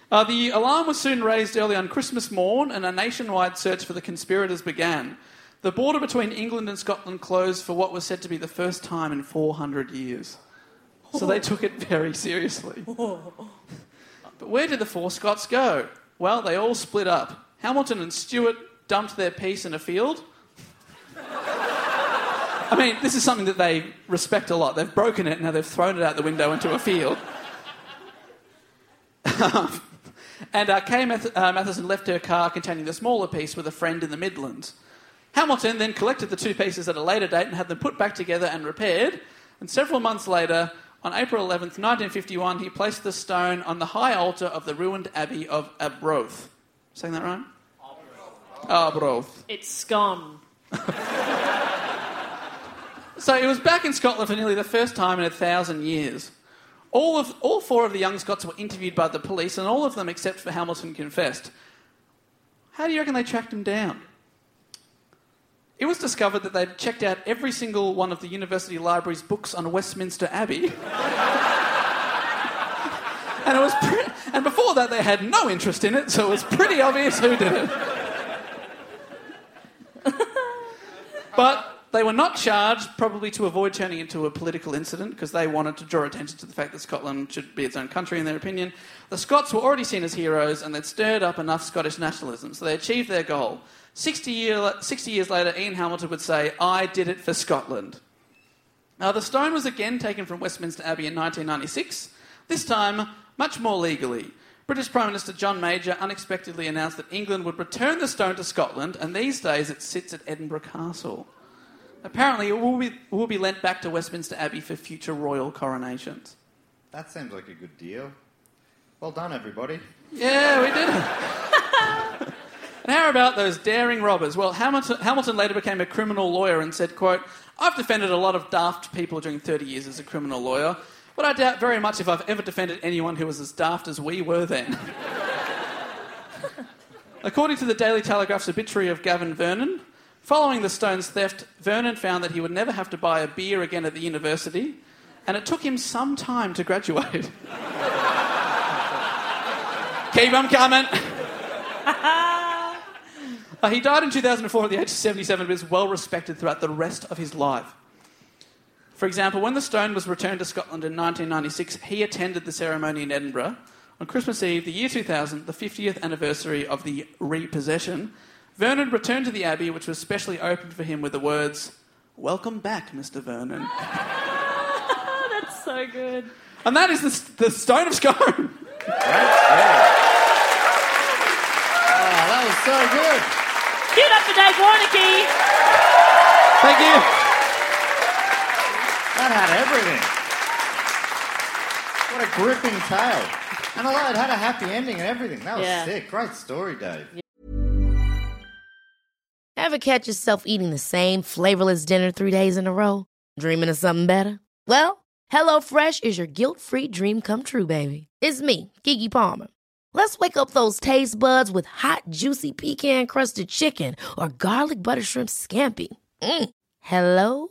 Uh, the alarm was soon raised early on Christmas morn, and a nationwide search for the conspirators began. The border between England and Scotland closed for what was said to be the first time in 400 years. So they took it very seriously. But where did the four Scots go? Well, they all split up. Hamilton and Stuart dumped their piece in a field. I mean, this is something that they respect a lot. They've broken it, now they've thrown it out the window into a field. and uh, Kay Math- uh, Matheson left her car containing the smaller piece with a friend in the Midlands. Hamilton then collected the two pieces at a later date and had them put back together and repaired. And several months later, on April 11th, 1951, he placed the stone on the high altar of the ruined abbey of Arbroath. Saying that right? Arbroath.
It's scone.
So it was back in Scotland for nearly the first time in a thousand years. All, of, all four of the young Scots were interviewed by the police, and all of them, except for Hamilton, confessed. How do you reckon they tracked him down? It was discovered that they'd checked out every single one of the university library's books on Westminster Abbey. and, it was pre- and before that, they had no interest in it, so it was pretty obvious who did it. But they were not charged, probably to avoid turning into a political incident, because they wanted to draw attention to the fact that Scotland should be its own country, in their opinion. The Scots were already seen as heroes, and they'd stirred up enough Scottish nationalism, so they achieved their goal. 60, year, 60 years later, Ian Hamilton would say, I did it for Scotland. Now, the stone was again taken from Westminster Abbey in 1996, this time much more legally. British Prime Minister John Major unexpectedly announced that England would return the stone to Scotland, and these days it sits at Edinburgh Castle. Apparently, it will be, will be lent back to Westminster Abbey for future royal coronations.
That seems like a good deal. Well done, everybody.
Yeah, we did it. and how about those daring robbers? Well, Hamilton, Hamilton later became a criminal lawyer and said, quote, I've defended a lot of daft people during 30 years as a criminal lawyer, but I doubt very much if I've ever defended anyone who was as daft as we were then. According to the Daily Telegraph's obituary of Gavin Vernon, following the stone's theft, Vernon found that he would never have to buy a beer again at the university, and it took him some time to graduate. Keep 'em coming. Uh, he died in 2004 at the age of 77, but is well respected throughout the rest of his life. For example, when the stone was returned to Scotland in 1996, he attended the ceremony in Edinburgh. On Christmas Eve, the year 2000, the 50th anniversary of the repossession, Vernon returned to the Abbey, which was specially opened for him with the words, Welcome back, Mr. Vernon.
Oh, that's so good.
And that is the, s- the Stone of Scone.
Oh, that
Give it up for Dave Warnicky.
Thank you.
was so good. That had everything. What a gripping tale. And although it had a happy ending and everything, that was
Yeah.
sick. Great story, Dave.
Ever catch yourself eating the same flavorless dinner three days in a row? Dreaming of something better? Well, HelloFresh is your guilt free dream come true, baby. It's me, Gigi Palmer. Let's wake up those taste buds with hot, juicy pecan crusted chicken or garlic butter shrimp scampi. Mm. Hello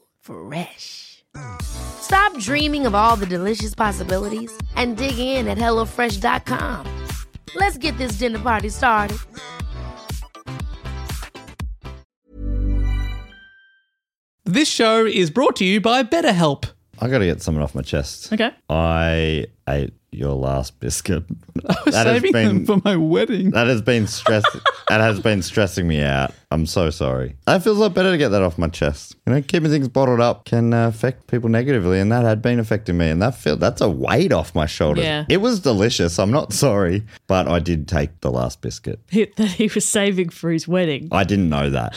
Fresh. Stop dreaming of all the delicious possibilities and dig in at HelloFresh.com. Let's get this dinner party started.
This show is brought to you by BetterHelp.
I got to get something off my chest.
Okay.
I ate your last biscuit. that has
Saving
been
them for my wedding.
that has been stress that has been stressing me out. I'm so sorry. I feels a lot better to get that off my chest. You know, keeping things bottled up can uh, affect people negatively, and that had been affecting me. And that feel that's a weight off my shoulders.
Yeah.
It was delicious. I'm not sorry, but I did take the last biscuit.
that he was saving for his wedding.
I didn't know that.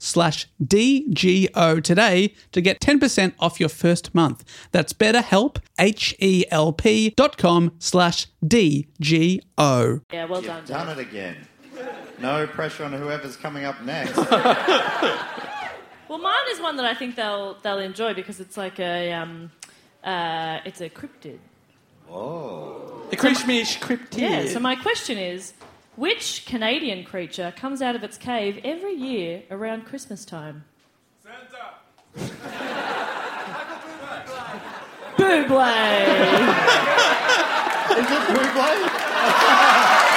slash DGO today to get 10% off your first month. That's betterhelp, H-E-L-P dot com slash D-G-O.
Yeah, well done.
Done it again. No pressure on whoever's coming up next. Oh,
Well, mine is one that I think they'll they'll enjoy because it's like a um, uh, it's a cryptid.
The Krishmish cryptid.
Yeah. So my question is, which Canadian creature comes out of its cave every year around Christmas time? Santa. Buble.
Is it Buble?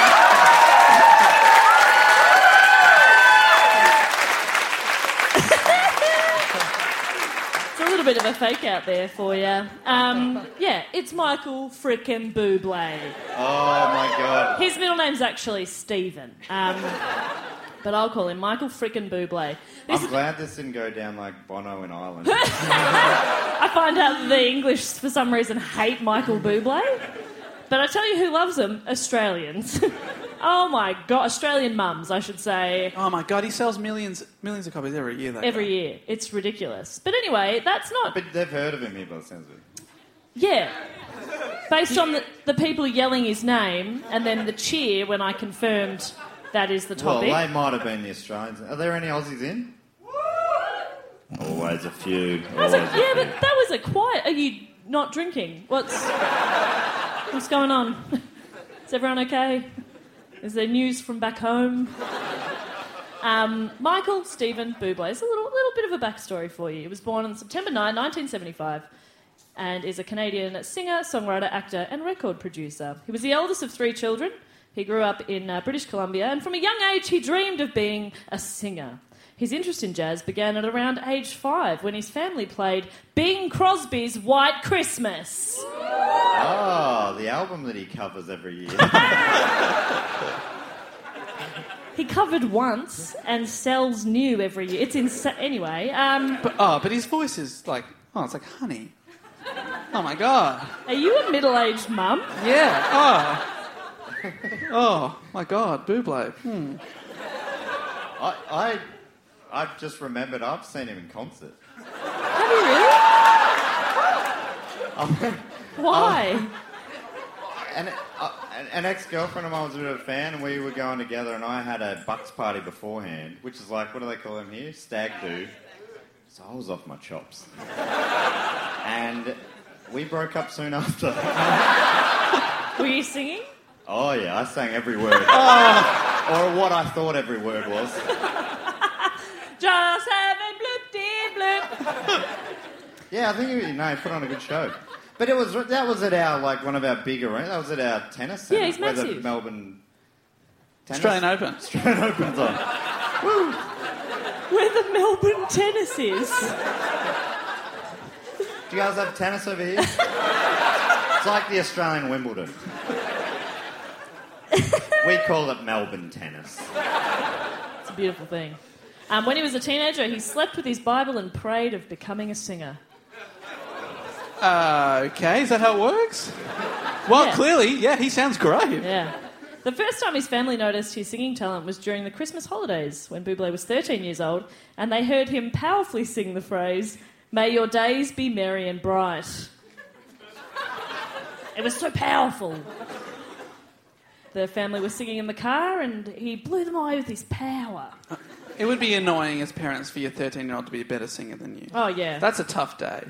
It's a little bit of a fake out there for you. Um, yeah, it's Michael frickin' Buble.
Oh my god.
His middle name's actually Stephen, um, but I'll call him Michael frickin' Buble. This
I'm glad this didn't go down like Bono in Ireland.
I find out that the English, for some reason, hate Michael Bublé. But I tell you who loves him Australians. oh my God, Australian mums, I should say,
Oh my god, he sells millions millions of copies every year. That
every year. It's ridiculous. But anyway, that's not.
but they've heard of him here by the sounds of it.
Yeah. Based on the, the people yelling his name and then the cheer when I confirmed that is the
Well,
topic.
they might have been the Australians. Are there any Aussies in? Always a few.
I was
Always
like,
a
yeah,
few.
but that was a quiet. Are you not drinking? What's what's going on? Is everyone okay? Is there news from back home? Um, Michael Stephen Bublé. It's a little little bit of a backstory for you. He was born on September 9, 1975, and is a Canadian singer, songwriter, actor, and record producer. He was the eldest of three children. He grew up in uh, British Columbia, and from a young age, he dreamed of being a singer. His interest in jazz began at around age five when his family played Bing Crosby's White Christmas.
Oh, the album that he covers every year.
He covered once and sells new every year. It's insane. Anyway, um,
But, oh, but his voice is like, oh, it's like honey. Oh my god.
are you a middle aged mum?
Yeah. Oh. Oh my god, Buble. Hmm.
I, I, I've just remembered I've seen him in concert.
Have you really? Why?
And uh, an, an ex-girlfriend of mine was a bit of a fan, and we were going together, and I had a bucks party beforehand, which is like, what do they call them here? Stag do. So I was off my chops. and we broke up soon after.
Were you singing?
Oh yeah, I sang every word.
Oh.
Or what I thought every word was.
Just having bloop dee bloop.
Yeah, I think you know, he put on a good show. But it was that was at our like one of our big arenas. That was at our tennis.
Yeah,
centre
he's
where the
massive.
Melbourne tennis
Australian Open.
Australian Open's on.
Where the Melbourne tennis is.
Do you guys have tennis over here? it's like the Australian Wimbledon. we call it Melbourne tennis.
It's a beautiful thing. Um, when he was a teenager, he slept with his Bible and prayed of becoming a singer.
Okay, is that how it works? Well,
Yeah.
clearly, yeah, he sounds great.
Yeah. The first time his family noticed his singing talent was during the Christmas holidays when Buble was 13 years old, and they heard him powerfully sing the phrase, May your days be merry and bright. It was so powerful. The family was singing in the car, and he blew them away with his power.
It would be annoying as parents for your 13 year old to be a better singer than you.
Oh, yeah.
That's a tough day.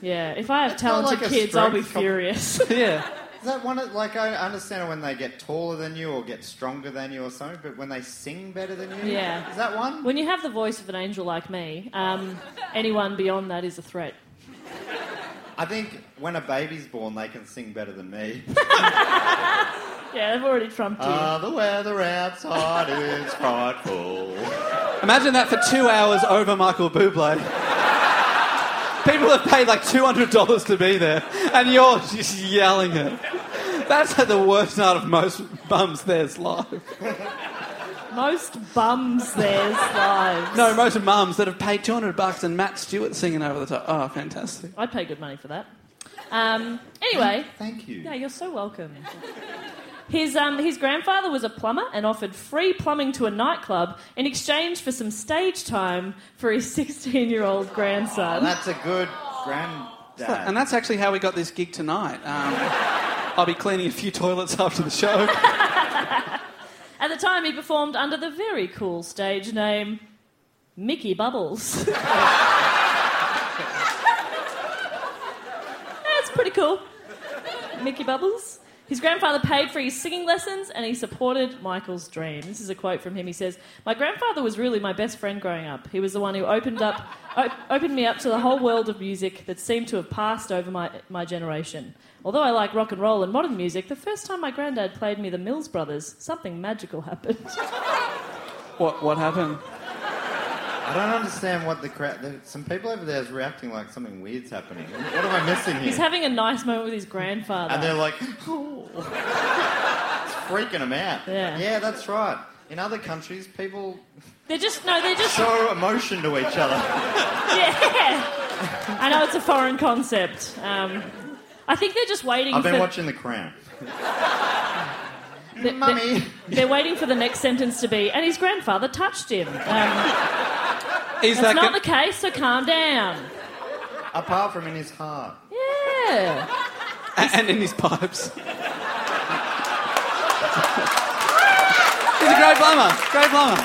yeah. If I have
not
talented
like a
kids, I'll be
strength comp-
furious.
Yeah.
that one? Like I understand when they get taller than you or get stronger than you or something, but when they sing better than you,
Yeah.
is that one?
When you have the voice of an angel like me, um, anyone beyond that is a threat.
I think when a baby's born, they can sing better than me.
Yeah, they've already trumped you.
Ah, the weather outside is frightful.
Imagine that for two hours over Michael Bublé. People have paid like two hundred dollars to be there, and you're just yelling it. That's like the worst night of most bums there's live.
Most bums there's lives.
No, most mums that have paid two hundred bucks and Matt Stewart singing over the top. Oh, fantastic!
I'd pay good money for that. Um, anyway,
Thank you.
yeah, you're so welcome. His, um, his grandfather was a plumber and offered free plumbing to a nightclub in exchange for some stage time for his 16 year old grandson.
That's a good granddad.
And that's actually how we got this gig tonight. Um, I'll be cleaning a few toilets after the show.
At the time, he performed under the very cool stage name Mickey Bubbles. That's pretty cool. Mickey Bubbles. His grandfather paid for his singing lessons and he supported Michael's dream. This is a quote from him. He says, My grandfather was really my best friend growing up. He was the one who opened, up, op- opened me up to the whole world of music that seemed to have passed over my, my generation. Although I like rock and roll and modern music, the first time my granddad played me the Mills Brothers, something magical happened.
what? What happened?
I don't understand what the crowd. there- Some people over there is reacting like something weird's happening. What am I missing
He's
here?
having a nice moment with his grandfather.
And they're like, oh. it's freaking them out.
Yeah.
that's right. In other countries, people
They're just no, they're just
show emotion to each other.
yeah. I know it's a foreign concept. Um, I think they're just waiting.
I've
for,
been watching The Crown.
they're- they're-
Mummy.
They're waiting for the next sentence to be, and his grandfather touched him. Um,
Is
that's
that
not
go-
the case, so calm down.
Apart from in his heart.
Yeah.
and in his pipes. He's a great plumber. Great plumber.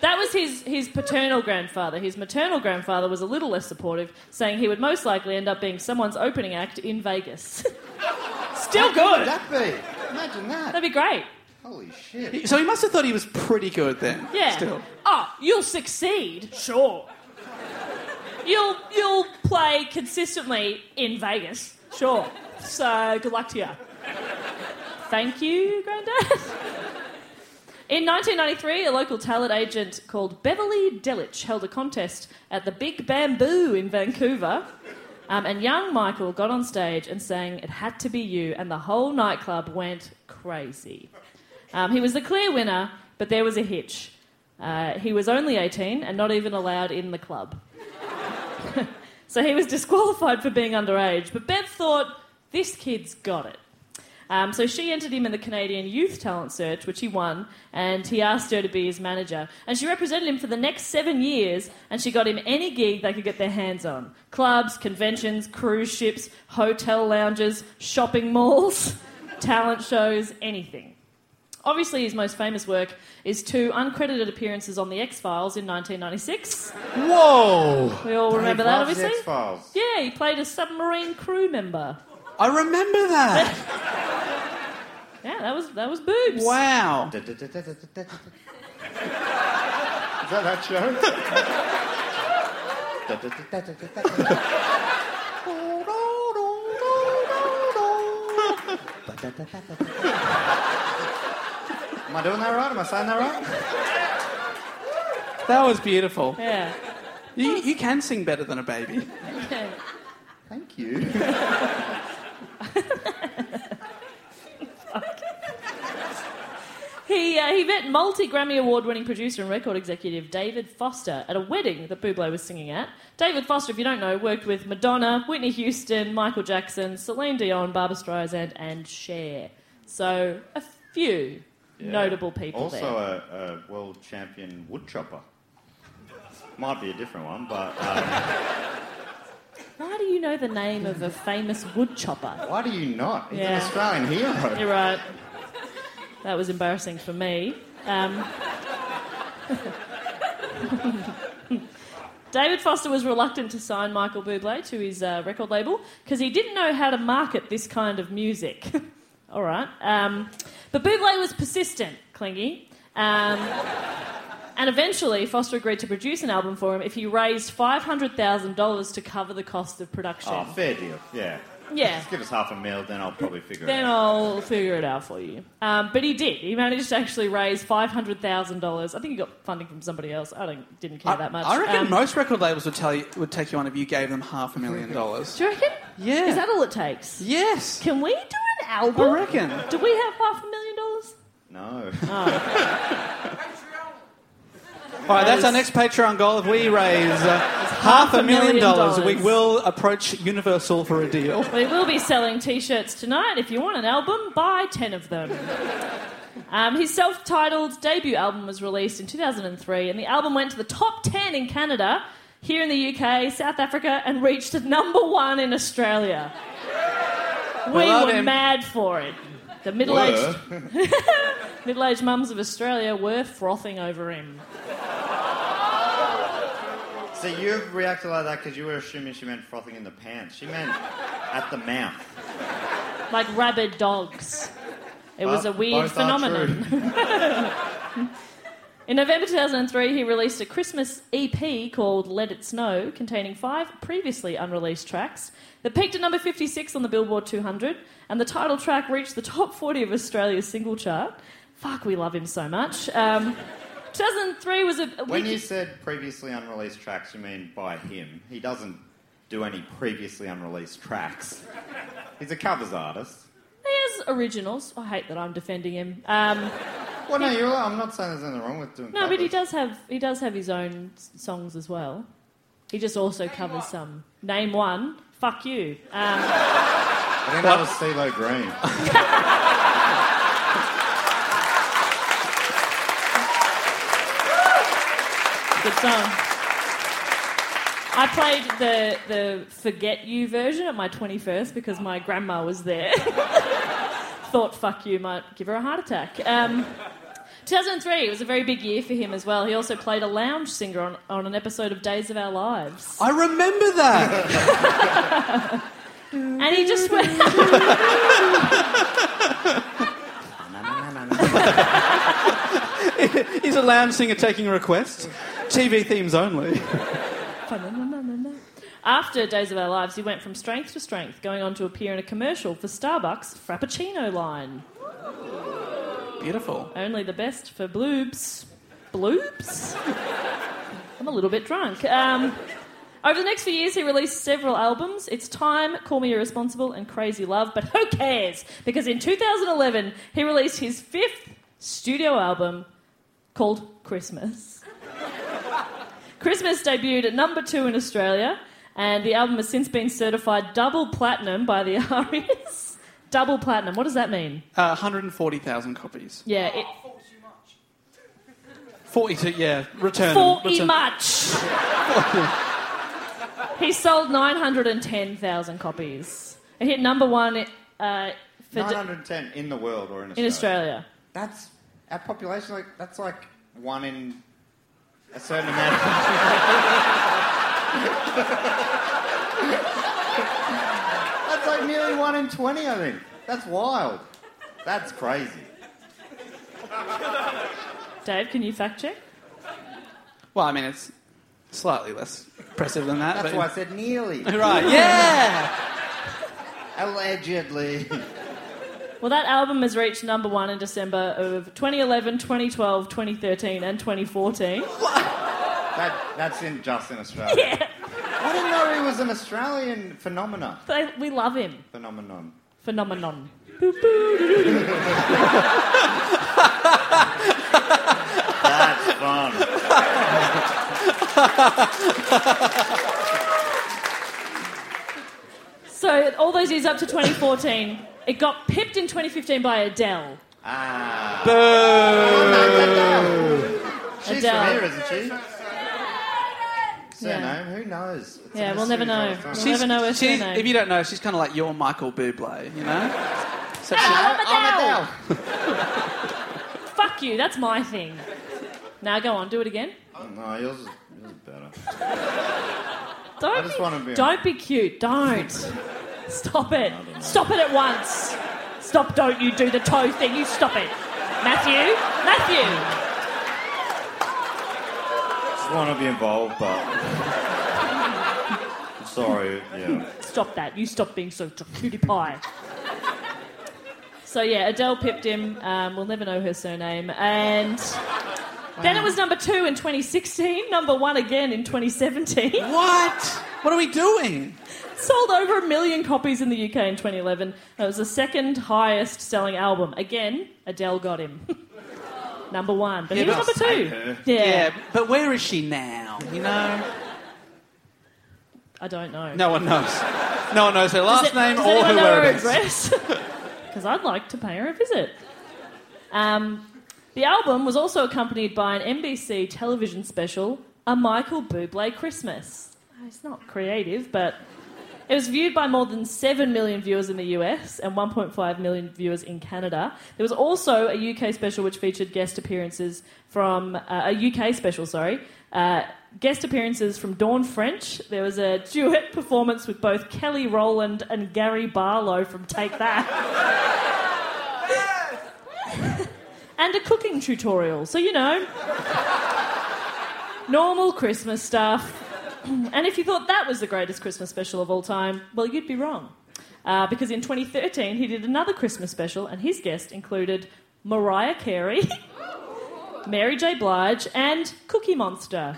That was his, his paternal grandfather. His maternal grandfather was a little less supportive, saying he would most likely end up being someone's opening act in Vegas. Still
Would
good.
that be? Imagine that.
That'd be great.
Holy shit.
So he must have thought he was pretty good then.
Yeah.
Still.
Oh, you'll succeed. Sure. You'll you'll play consistently in Vegas. Sure. So good luck to you. Thank you, Grandad. In 1993, a local talent agent called Beverly Delich held a contest at the Big Bamboo in Vancouver. Um, and young Michael got on stage and sang It Had to Be You, and the whole nightclub went crazy. Um, he was the clear winner, but there was a hitch. Uh, he was only 18 and not even allowed in the club. so he was disqualified for being underage, but Bev thought, this kid's got it. Um, so she entered him in the Canadian Youth Talent Search, which he won, and he asked her to be his manager. And she represented him for the next seven years, and she got him any gig they could get their hands on clubs, conventions, cruise ships, hotel lounges, shopping malls, talent shows, anything. Obviously, his most famous work is two uncredited appearances on The X Files in 1996.
Whoa!
We all remember that, obviously.
X Files.
Yeah, he played a submarine crew member.
I remember that.
Yeah, that was that was boobs.
wow.
Is that that show? Am I doing that right? Am I saying that right?
That was beautiful.
Yeah.
You, you can sing better than a baby.
Thank you.
He, uh, he met multi Grammy Award winning producer and record executive David Foster at a wedding that Buble was singing at. David Foster, if you don't know, worked with Madonna, Whitney Houston, Michael Jackson, Celine Dion, Barbara Streisand, and Cher. So a few notable people
also,
there.
a, a world champion wood chopper. Might be a different one, but uh,
Why do you know the name of a famous wood chopper?
why do you not? He's an
Yeah.
Australian hero.
You're right. That was embarrassing for me. Um, David Foster was reluctant to sign Michael Bublé to his uh, record label because he didn't know how to market this kind of music. All right. Um, but Bublé was persistent, clingy. Um, and eventually, Foster agreed to produce an album for him if he raised $500,000 to cover the cost of production.
Oh, fair deal. Yeah.
Yeah.
Just give us half a mil, then I'll probably figure
Then
it out.
I'll figure it out for you. Um, but he did. He managed to actually raise five hundred thousand dollars. I think he got funding from somebody else. I don't, didn't care that much.
I reckon
Um,
most record labels would tell you would take you on if you gave them half a million dollars.
Do you reckon?
Yeah.
Is that all it takes?
yes.
Can we do an album?
I reckon.
Do we have half a million dollars?
No.
All right, that's our next Patreon goal. If we raise uh, half a million dollars, we will approach Universal for a deal.
We will be selling T-shirts tonight. If you want an album, buy ten of them. Um, his self-titled debut album was released in 2003, and the album went to the top 10 in Canada, here in the UK, South Africa, and reached number one in Australia. We
love
were
him.
mad for it. The middle-aged middle-aged mums of Australia were frothing over him.
so you've reacted like that because you were assuming she meant frothing in the pants. She meant at the mouth.
like rabid dogs. It was
Bo-
a weird
both are
phenomenon. In November 2003, he released a Christmas EP called Let It Snow, containing five previously unreleased tracks that peaked at number 56 on the Billboard 200, and the title track reached the top 40 of Australia's single chart. Fuck, we love him so much. Um, 2003 was a.
When
we-
you said previously unreleased tracks, you mean by him. He doesn't do any previously unreleased tracks. He's a covers artist.
He has originals. I hate that I'm defending him. Um,
Well, no, you're right. I'm not saying there's anything wrong with doing
No, but he
covers.
does have he does have his own s- songs as well. He just also covers some. Name one. Fuck you. Um,
I think that was CeeLo Green.
good song. I played the the forget you version at my twenty first because my grandma was there. Thought fuck you might give her a heart attack. Um, 2003 was a very big year for him as well. He also played a lounge singer on, on an episode of Days of Our Lives.
I remember that.
And he just went.
Is a lounge singer taking requests? TV themes only.
After Days of Our Lives, he went from strength to strength, going on to appear in a commercial for Starbucks' Frappuccino line.
Beautiful.
Only the best for bloobs. Bloobs? I'm a little bit drunk. Um, over the next few years, he released several albums It's Time, Call Me Irresponsible, and Crazy Love, but who cares? Because in 2011, he released his fifth studio album called Christmas. Christmas debuted at number two in Australia, and the album has since been certified double platinum by the RES. double platinum, what does that mean?
Uh, 140,000 copies.
Yeah, it,
42, yeah. Return. them,
Forty
return-
much. he sold 910,000 copies. It hit number one uh, for d-
910 in the world or in Australia.
in Australia.
That's our population. Like that's like one in a certain amount. that's like nearly one in 20. I think that's wild. That's crazy.
Dave, can you fact check?
Well, I mean, it's slightly less impressive than that.
That's
but-
why I said nearly.
Right, yeah.
Allegedly.
Well, that album has reached number one in December of 2011, 2012, 2013, and 2014.
That, that's in just in Australia. I didn't know he was an Australian phenomena.
They, we love him.
Phenomenon.
Phenomenon.
That's fun.
So, all those years up to 2014, it got pipped in 2015 by Adele.
Ah. She's
Adele.
from here, isn't she? Surname? Who knows? It's a
Yeah, we'll never
mystery
know.
for us.
We'll never know her
she's-
surname.
If you don't know, she's kind of like your Michael Bublé, you know? Except she-
I'm
I'm
Adele.
Adele.
Fuck you, that's my thing. Now go on, do it again.
No, yours is, yours is better.
Don't
just
be,
wanna be-
don't be cute. Don't. Stop it. Stop it at once. Stop. Don't you do the toe thing. You stop it. Matthew. Matthew.
Just want to be involved, but I'm sorry. Yeah,
Stop that. You stop being so t- cutie pie. So yeah, Adele pipped him. Um, we'll never know her surname. And then it was number two in 2016. Number one again in 2017.
What? What are we doing?
sold over a million copies in the UK in 2011. It was the second highest selling album. Again, Adele got him. number one. But he was number
but
two.
Yeah.
Yeah.
but where is she now? You know?
I don't know.
No one knows. No one knows her last
Does it-
name
does
or
anyone
her
know her
whereabouts.
address? Because I'd like to pay her a visit. Um, the album was also accompanied by an NBC television special, A Michael Bublé Christmas. It's not creative, but it was viewed by more than 7 million viewers in the US and 1.5 million viewers in Canada. There was also a UK special which featured guest appearances from uh, a UK special, sorry. Uh, guest appearances from Dawn French. There was a duet performance with both Kelly Rowland and Gary Barlow from Take That. and a cooking tutorial. So, you know, normal Christmas stuff. And if you thought that was the greatest Christmas special of all time, well, you'd be wrong. Uh, because in 2013, he did another Christmas special, and his guests included Mariah Carey, Mary J. Blige, and Cookie Monster.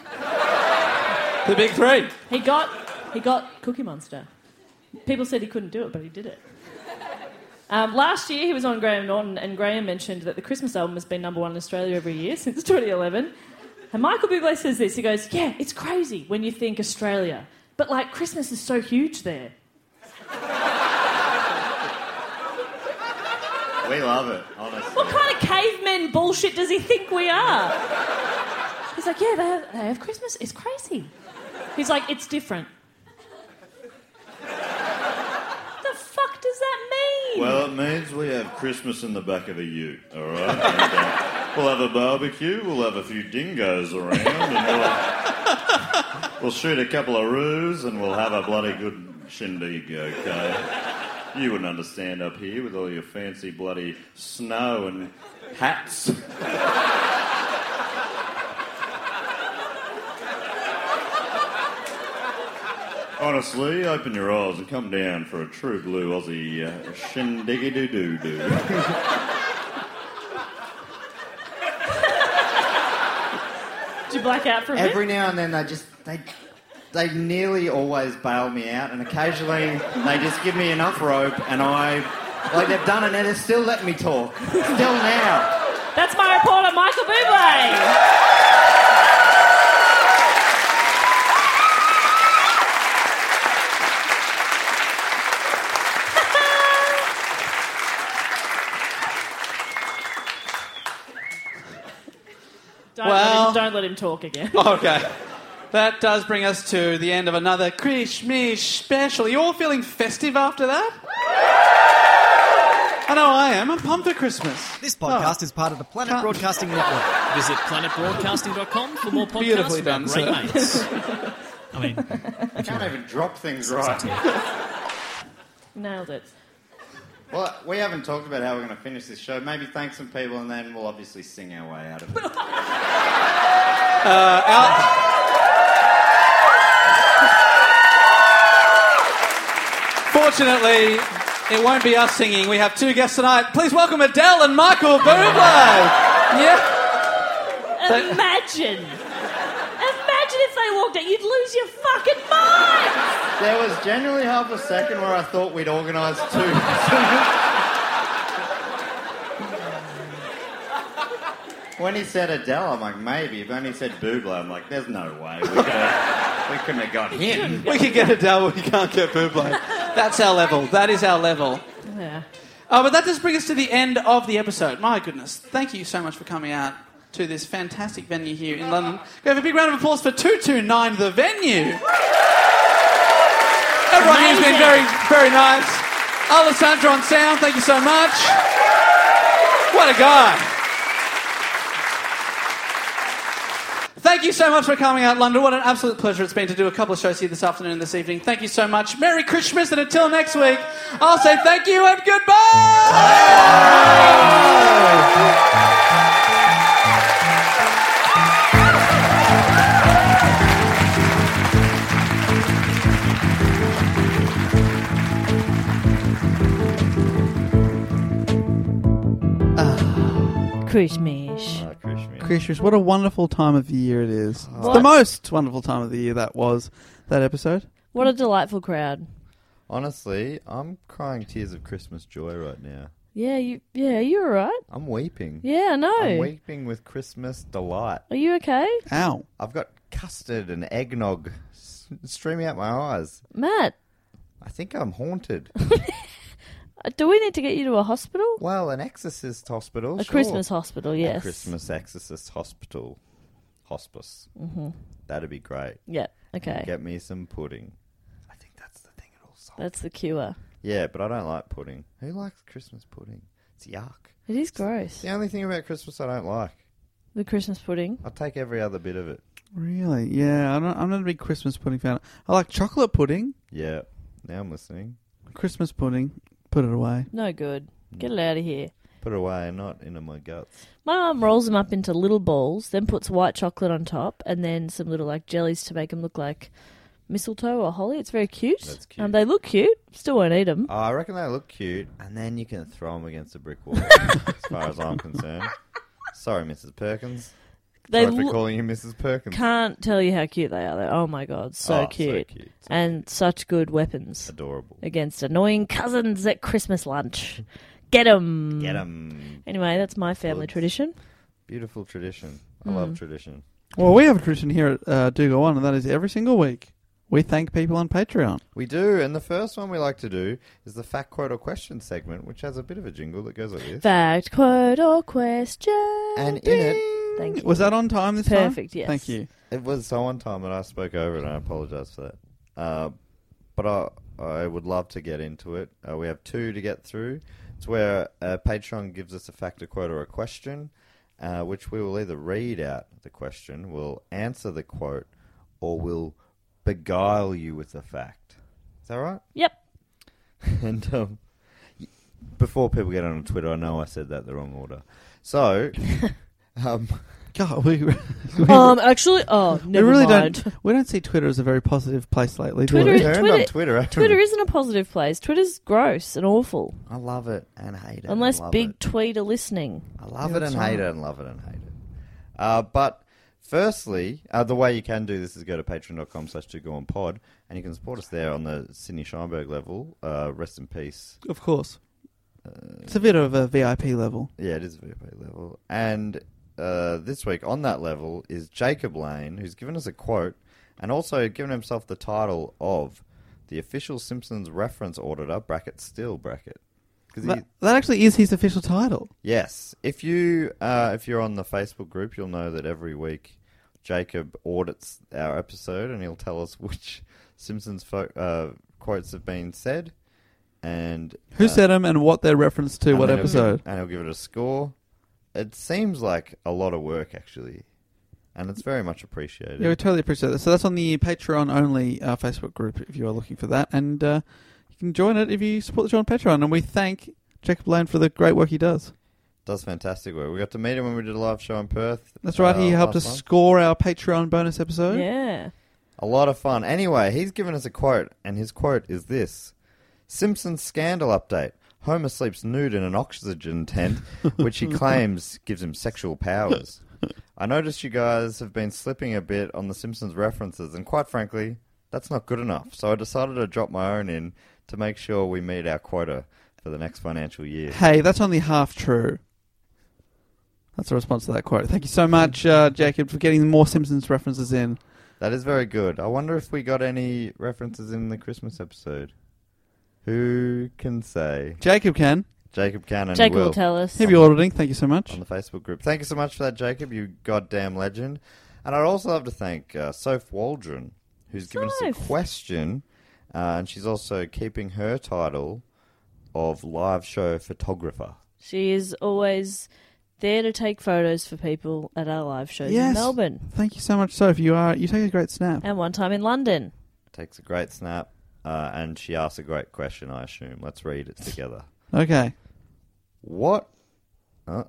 The big three.
He got, he got Cookie Monster. People said he couldn't do it, but he did it. Um, last year, he was on Graham Norton, and Graham mentioned that the Christmas album has been number one in Australia every year since 2011. And Michael Bublé says this. He goes, "Yeah, it's crazy when you think Australia, but like Christmas is so huge there.
we love it. Honestly,
What kind of cavemen bullshit does he think we are?" He's like, "Yeah, they have, they have Christmas. It's crazy." He's like, "It's different." the fuck does that mean?
Well, it means we have Christmas in the back of a U, all right? And, uh, we'll have a barbecue, we'll have a few dingoes around, and we'll, we'll shoot a couple of roos, and we'll have a bloody good shindig, okay? You wouldn't understand up here with all your fancy bloody snow and hats. Honestly, open your eyes and come down for a true blue Aussie uh, shindiggy doo doo doo.
Did you black out for a bit?
Every now and then they just they they nearly always bail me out, and occasionally they just give me enough rope, and I like they've done it, and they're still letting me talk. Still now.
That's my reporter, Michael Bublé. Don't, let
Well-
him, don't let him talk again.
Oh, Okay. That does bring us to the end of another Christmas special. You all feeling festive after that? I know I am. I'm pumped for Christmas.
This podcast is part of the Planet
Can't-
Broadcasting Network.
Visit planetbroadcasting.com for more podcasts
Beautifully
from our
done,
great mates.
sir.
I mean,
I can't even drop things right.
Nailed it.
Well, we haven't talked about how we're going to finish this show. Maybe thank some people, and then we'll obviously sing our way out of it.
Fortunately, it won't be us singing. We have two guests tonight. Please welcome Adele and Michael Bublé. Yeah. But-
Imagine. Imagine if they walked out. You'd lose your fucking mind.
There was generally half a second where I thought we'd organised two. when he said Adele, I'm like, maybe. But when he said Buble, I'm like, there's no way. We, could have, we couldn't have got him.
We can get Adele, but we can't get Bublé. That's our level. That is our level.
Yeah.
Uh, but that does bring us to the end of the episode. My goodness. Thank you so much for coming out to this fantastic venue here in London. Go have a big round of applause for 229 The Venue. Everyone here's been very, very nice. Alessandro on sound, thank you so much. What a guy. Thank you so much for coming out, London. What an absolute pleasure it's been to do a couple of shows here this afternoon and this evening. Thank you so much. Merry Christmas, and until next week, I'll say thank you and goodbye.
Christmas.
Oh, Krishmi.
Christmas, what a wonderful time of year it is. It's the most wonderful time of the year that was that episode.
What a delightful crowd.
Honestly, I'm crying tears of Christmas joy right now.
Yeah, you. Yeah, are you all right?
I'm weeping.
Yeah, I
I'm Uh,
know.
weeping with Christmas delight.
Are you okay,
Ow.
I've got custard and eggnog s- streaming out my eyes.
Matt?
I think I'm haunted.
uh, Do we need to get you to a hospital?
well, an exorcist hospital.
a
sure.
Christmas hospital? Yes.
A Christmas exorcist hospital. Hospice. Mm-hmm. That'd be great.
Yeah. Okay.
Get me some pudding. I think that's the thing it all solves.
That's the cure.
Yeah, but I don't like pudding. Who likes Christmas pudding? It's yuck.
It is gross.
The only thing about Christmas I don't like.
The Christmas pudding.
I'll take every other bit of it.
Really? Yeah, I don't, I'm not a big Christmas pudding fan. I like chocolate pudding,
Yeah. Now I'm listening.
Christmas pudding. Put it away.
No good.
Mm.
Get it out of here.
Put it away, not into my guts.
My mum rolls them up into little balls, then puts white chocolate on top, and then some little like jellies to make them look like mistletoe or holly. It's very cute.
That's
Um,
cute.
they look cute. Still won't eat them.
Oh, I reckon they look cute, and then you can throw them against a brick wall. as far as I'm concerned. Sorry, Mrs. Perkins.
They
Sorry for
look-
calling you Mrs. Perkins.
can't tell you how cute they are. They're, oh my god, so,
Oh, so
cute.
cute, so
and such good weapons
Adorable.
against annoying cousins at Christmas lunch. Get 'em.
Get 'em.
Anyway, that's my family
Bugs.
tradition.
Beautiful tradition. I
Hmm.
love tradition.
Well, we have a tradition here at uh, Do Go On, and that is every single week we thank people on Patreon.
We do, and the first one we like to do is the fact, quote, or question segment, which has a bit of a jingle that goes like this.
Fact, quote, or question.
and in it,
Thank you.
Was that on time this time?
Perfect, yes.
Thank you.
it was so on time that I spoke over it, and I apologise for that. Uh, but I, I would love to get into it. Uh, we have two to get through. It's where uh, Patreon gives us a fact, a quote, or a question, uh, which we will either read out the question, we'll answer the quote, or we'll beguile you with a fact. Is that right?
Yep.
And um, before people get on Twitter, I know I said that the wrong order. So, um,
God, we,
Um, actually, oh,
we
never
really
mind.
don't we don't see Twitter as a very positive place lately. do
Twitter
we?
is-
turned on Twitter. haven't
Twitter
we?
isn't a positive place. Twitter's gross and awful.
I love it and hate it.
Unless
I love
big
it.
tweet are listening.
I love it and hate it and love it and hate it. Uh, but firstly, uh, the way you can do this is go to patreon.com slash to go on pod and you can support us there on the Sydney Scheinberg level. Uh, rest in peace.
Of course. it's a bit of a VIP level.
Yeah, it is a VIP level. And uh, this week on that level is Jacob Lane, who's given us a quote and also given himself the title of the official Simpsons reference auditor, bracket still bracket. 'Cause he-
That, that actually is his official title.
Yes, if you uh, if you're on the Facebook group, you'll know that every week Jacob audits our episode and he'll tell us which Simpsons fo- uh, quotes have been said and uh,
Who said him and what their reference to,
and
what
then he'll-
episode.
and he'll give it a score. It seems like a lot of work actually, and it's very much appreciated.
Yeah, we totally appreciate that. So that's on the Patreon only uh, Facebook group if you are looking for that. And uh, you can join it if you support the show on Patreon. And we thank Jacob Lane for the great work he does.
Does fantastic work. We got to meet him when we did a live show in Perth.
That's right,
uh,
he helped us
last month.
score our Patreon bonus episode.
Yeah.
A lot of fun. Anyway, he's given us a quote, and his quote is this Simpsons scandal update. Homer sleeps nude in an oxygen tent, which he claims gives him sexual powers. I noticed you guys have been slipping a bit on the Simpsons references, and quite frankly, that's not good enough. So I decided to drop my own in to make sure we meet our quota for the next financial year.
Hey, that's only half true. That's the response to that quote. Thank you so much, uh, Jacob, for getting more Simpsons references in.
That is very good. I wonder if we got any references in the Christmas episode. Who can say?
Jacob can.
Jacob Cannon
Jake will
will
tell us.
Heavy auditing. Thank you so much.
on the Facebook group. Thank you so much for that, Jacob. You goddamn legend. And I'd also love to thank uh, Soph Waldron, who's given us a
Soph.
question, uh, and she's also keeping her title of live show photographer.
She is always there to take photos for people at our live shows in
Yes.
Melbourne
Thank you so much, Soph. You are you take a great snap.
and one time in London.
Takes a great snap, uh, and she asks a great question, I assume. Let's read it together.
Okay.
What? Uh,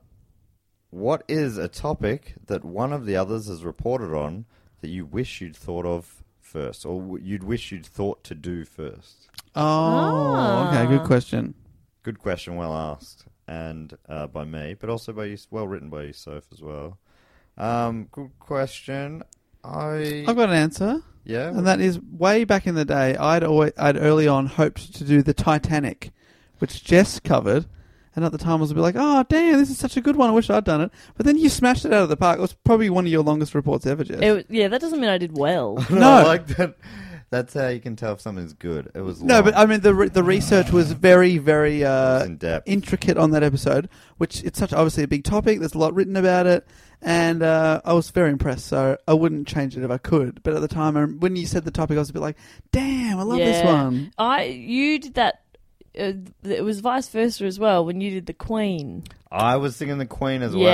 what is a topic that one of the others has reported on that you wish you'd thought of first, or w- you'd wish you'd thought to do first?
Oh, okay.
Uh-huh.
Good question.
Good question, well asked, and uh, by me, but also by you, well written by you, Soph, as well. Um, good question. I
I've got an answer.
Yeah.
And that is way back in the day, I'd always, I'd early on hoped to do the Titanic, which Jess covered. And at the time, I was a bit like, oh, damn, this is such a good one. I wish I'd done it. But then you smashed it out of the park. It was probably one of your longest reports ever, Jess.
It, wa- yeah, that doesn't mean I did well.
I like that. That's how you can tell if something's good. It was
No,
long.
but I mean the re- the research was very very uh,
in-depth.
intricate on that episode, which it's such obviously a big topic. There's a lot written about it, and uh, I was very impressed. So I wouldn't change it if I could. But at the time, I, rem- when you said the topic, I was a bit like, "Damn, I love this
Yeah.
one."
I you did that. Uh, it was vice versa as well when you did the Queen.
I was singing the Queen as
Yeah.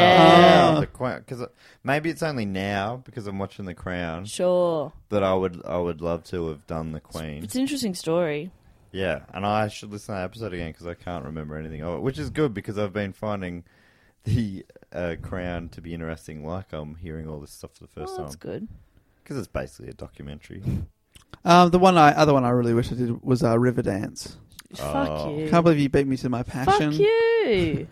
well. The Queen, because maybe it's only now because I'm watching The Crown
Sure,
that I would I would love to have done the Queen.
it's an interesting story.
Yeah, and I should listen to that episode again because I can't remember anything of it, which is good because I've been finding the uh, Crown to be interesting. Like I'm hearing all this stuff for the first
Oh,
time.
that's good.
because it's basically a documentary.
Um, the one I other one I really wish I did was uh, Riverdance.
Oh.
Fuck you.
Can't believe you beat me to my passion.
Fuck you.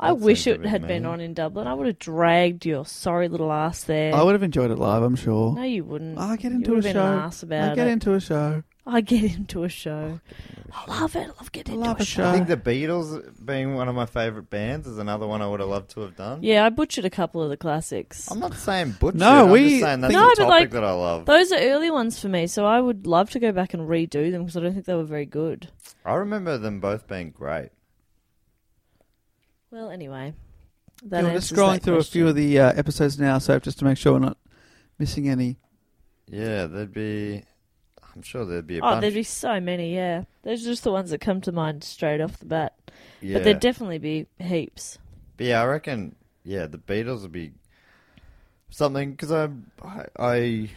I
That
wish
seems a
it
bit
had been
mean.
on in Dublin. I would have dragged your sorry little ass there.
I would have enjoyed it live, I'm sure.
No, you wouldn't.
I get
You
into a
would've
show.
been an ass about
I get
it.
into a show.
I get into a show. I love it. I love getting
I
into
love
a
a
show.
show.
Oh, I think the Beatles being one of my favorite bands is another one I would have loved to have done.
Yeah, I butchered a couple of the classics.
I'm not saying butcher.
No,
I'm
we-
just saying that's
No,
a
but,
topic
like,
that I love.
Those are early ones for me, so I would love to go back and redo them because I don't think they were very good.
I remember them both being great.
Well, anyway, that
Yeah, we're
answers
just scrolling
that
through a few of
question.
the uh, episodes now, so just to make sure we're not missing any.
Yeah, there'd be. I'm sure there'd be a
Oh,
bunch.
there'd be so many. Yeah, those are just the ones that come to mind straight off the bat.
yeah.
But there'd definitely be heaps.
But yeah, I reckon. Yeah, the Beatles would be something because I, I I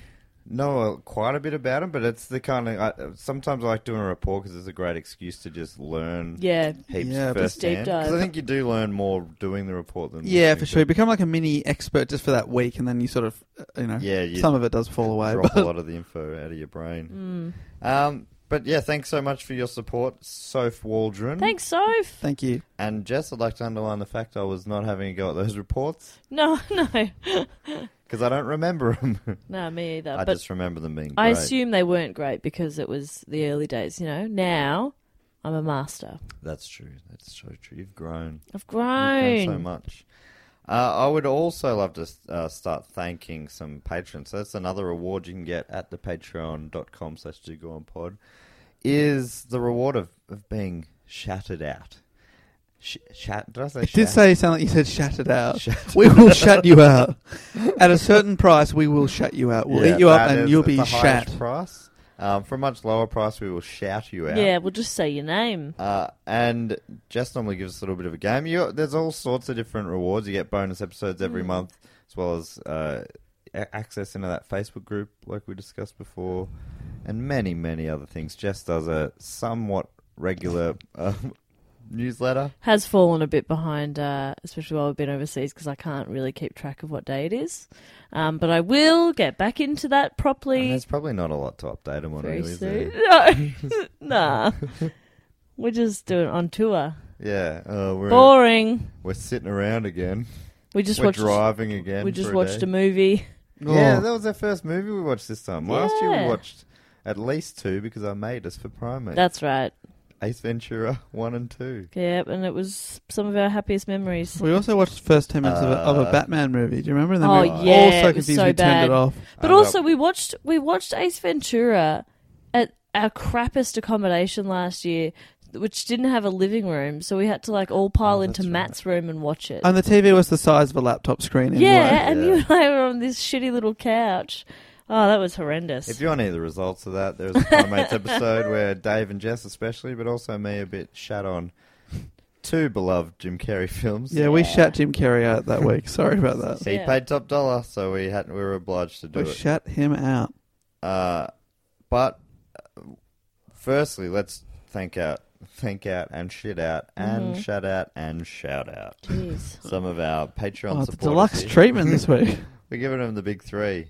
know uh, quite a bit about them, but it's the kind of I, sometimes I like doing a report because it's a great excuse to just learn.
Yeah,
Heaps
Yeah, but-
first
Just deep dive.
I think you do learn more doing the report than
Yeah,
listening
for
to
sure. You
it.
become like a mini expert just for that week, and then you sort of, uh, you know,
Yeah, you
some of it does fall away.
drop a
but-
lot of the info out of your brain.
Mm.
Um, but yeah, thanks so much for your support, Soph Waldron.
thanks, Soph.
Thank you.
And Jess, I'd like to underline the fact I was not having a go at those reports
No, no,
because I don't remember them.
no, me either.
I
but
just remember them being.
I
great.
assume they weren't great because it was the early days. You know, now I'm a master.
That's true. That's so true. You've grown.
I've
You've grown
grown.
so much. Uh, I would also love to uh, start thanking some patrons. So that's another reward you can get at the patreon.com slash do go on pod is the reward of, of being shattered out. Sh- shat, did I say
It did
shat?
say sound like you said shattered out.
Shat-
we will shut you out. At a certain price, we will shut you out. We'll
Yeah,
eat you up
that
and
is
you'll
the
be
highest
shat.
Price. Um, for a much lower price, we will shout you out.
Yeah, we'll just say your name.
Uh, and Jess normally gives us a little bit of a game. You, there's all sorts of different rewards. You get bonus episodes every
Mm.
month, as well as uh, a- access into that Facebook group, like we discussed before, and many, many other things. Jess does a somewhat regular um, newsletter.
Has fallen a bit behind, uh, especially while we've been overseas, because I can't really keep track of what day it is. Um, but I will get back into that
And
properly
there's probably not a lot to update them on,
very
really. is
soon.
there?
No, nah. We're just doing it on tour.
Yeah, uh, we're
Boring.
we're sitting around again.
We just
we're
watched.
driving again.
we just
for a
watched
day.
a movie.
Yeah,
Oh.
that was our first movie we watched this time. Last year
Yeah.
we watched at least two because I made us for Primate.
That's right.
Ace Ventura 1 and 2.
Yep, and it was some of our happiest memories.
We also watched the first 10 minutes of, a, of a
Uh,
Batman movie. Do you remember? And
Oh,
we
yeah,
all
it
so
was
confused
so
we
bad.
turned it off.
But
I
also,
know.
we watched we watched Ace Ventura at our crappest accommodation last year, which didn't have a living room, so we had to like all pile
Oh,
into Matt's room and watch it.
And the TV was the size of a laptop screen.
yeah,
Anyway.
and you and I were on this shitty little couch. Oh, that was horrendous.
If you want to hear the results of that, there was a Primates episode where Dave and Jess, especially, but also me, a bit shat on, two beloved Jim Carrey films.
Yeah, we shat Jim Carrey out that week. Sorry about that.
He paid top dollar, so we had we were obliged to do
we
it.
shat him out.
Uh, but uh, firstly, let's thank out, thank out, and shit out, and
Mhm.
shout out, and shout out.
Jeez.
Some of our Patreon
Oh, the
supporters.
deluxe
here.
treatment this week.
We're giving them the big three.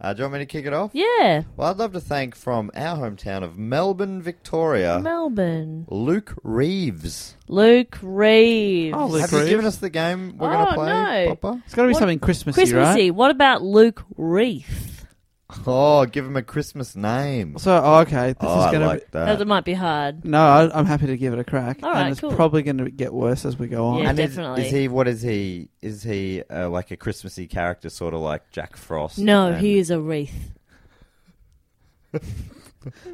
Uh, do you want me to kick it off?
Yeah.
Well, I'd love to thank from our hometown of Melbourne, Victoria,
Melbourne.
Luke Reeves.
Luke Reeves.
Oh, Luke
Have
Reeves.
you given us the game we're going
Oh,
to play,
no.
Popper?
It's got to be
What-
something Christmassy,
Christmassy.
right?
What about Luke Reef?
Oh, give him a Christmas name.
So, oh, okay, this
oh,
is going
I
to
like that.
that might be hard.
be. No, I, I'm happy to give it a crack.
All
and
right,
it's
cool.
probably going to get worse as we go on.
Yeah.
And is-
definitely.
Is, he? What is he? Is he uh, like a Christmassy character, sort of like Jack Frost?
No,
and-
he is a wreath.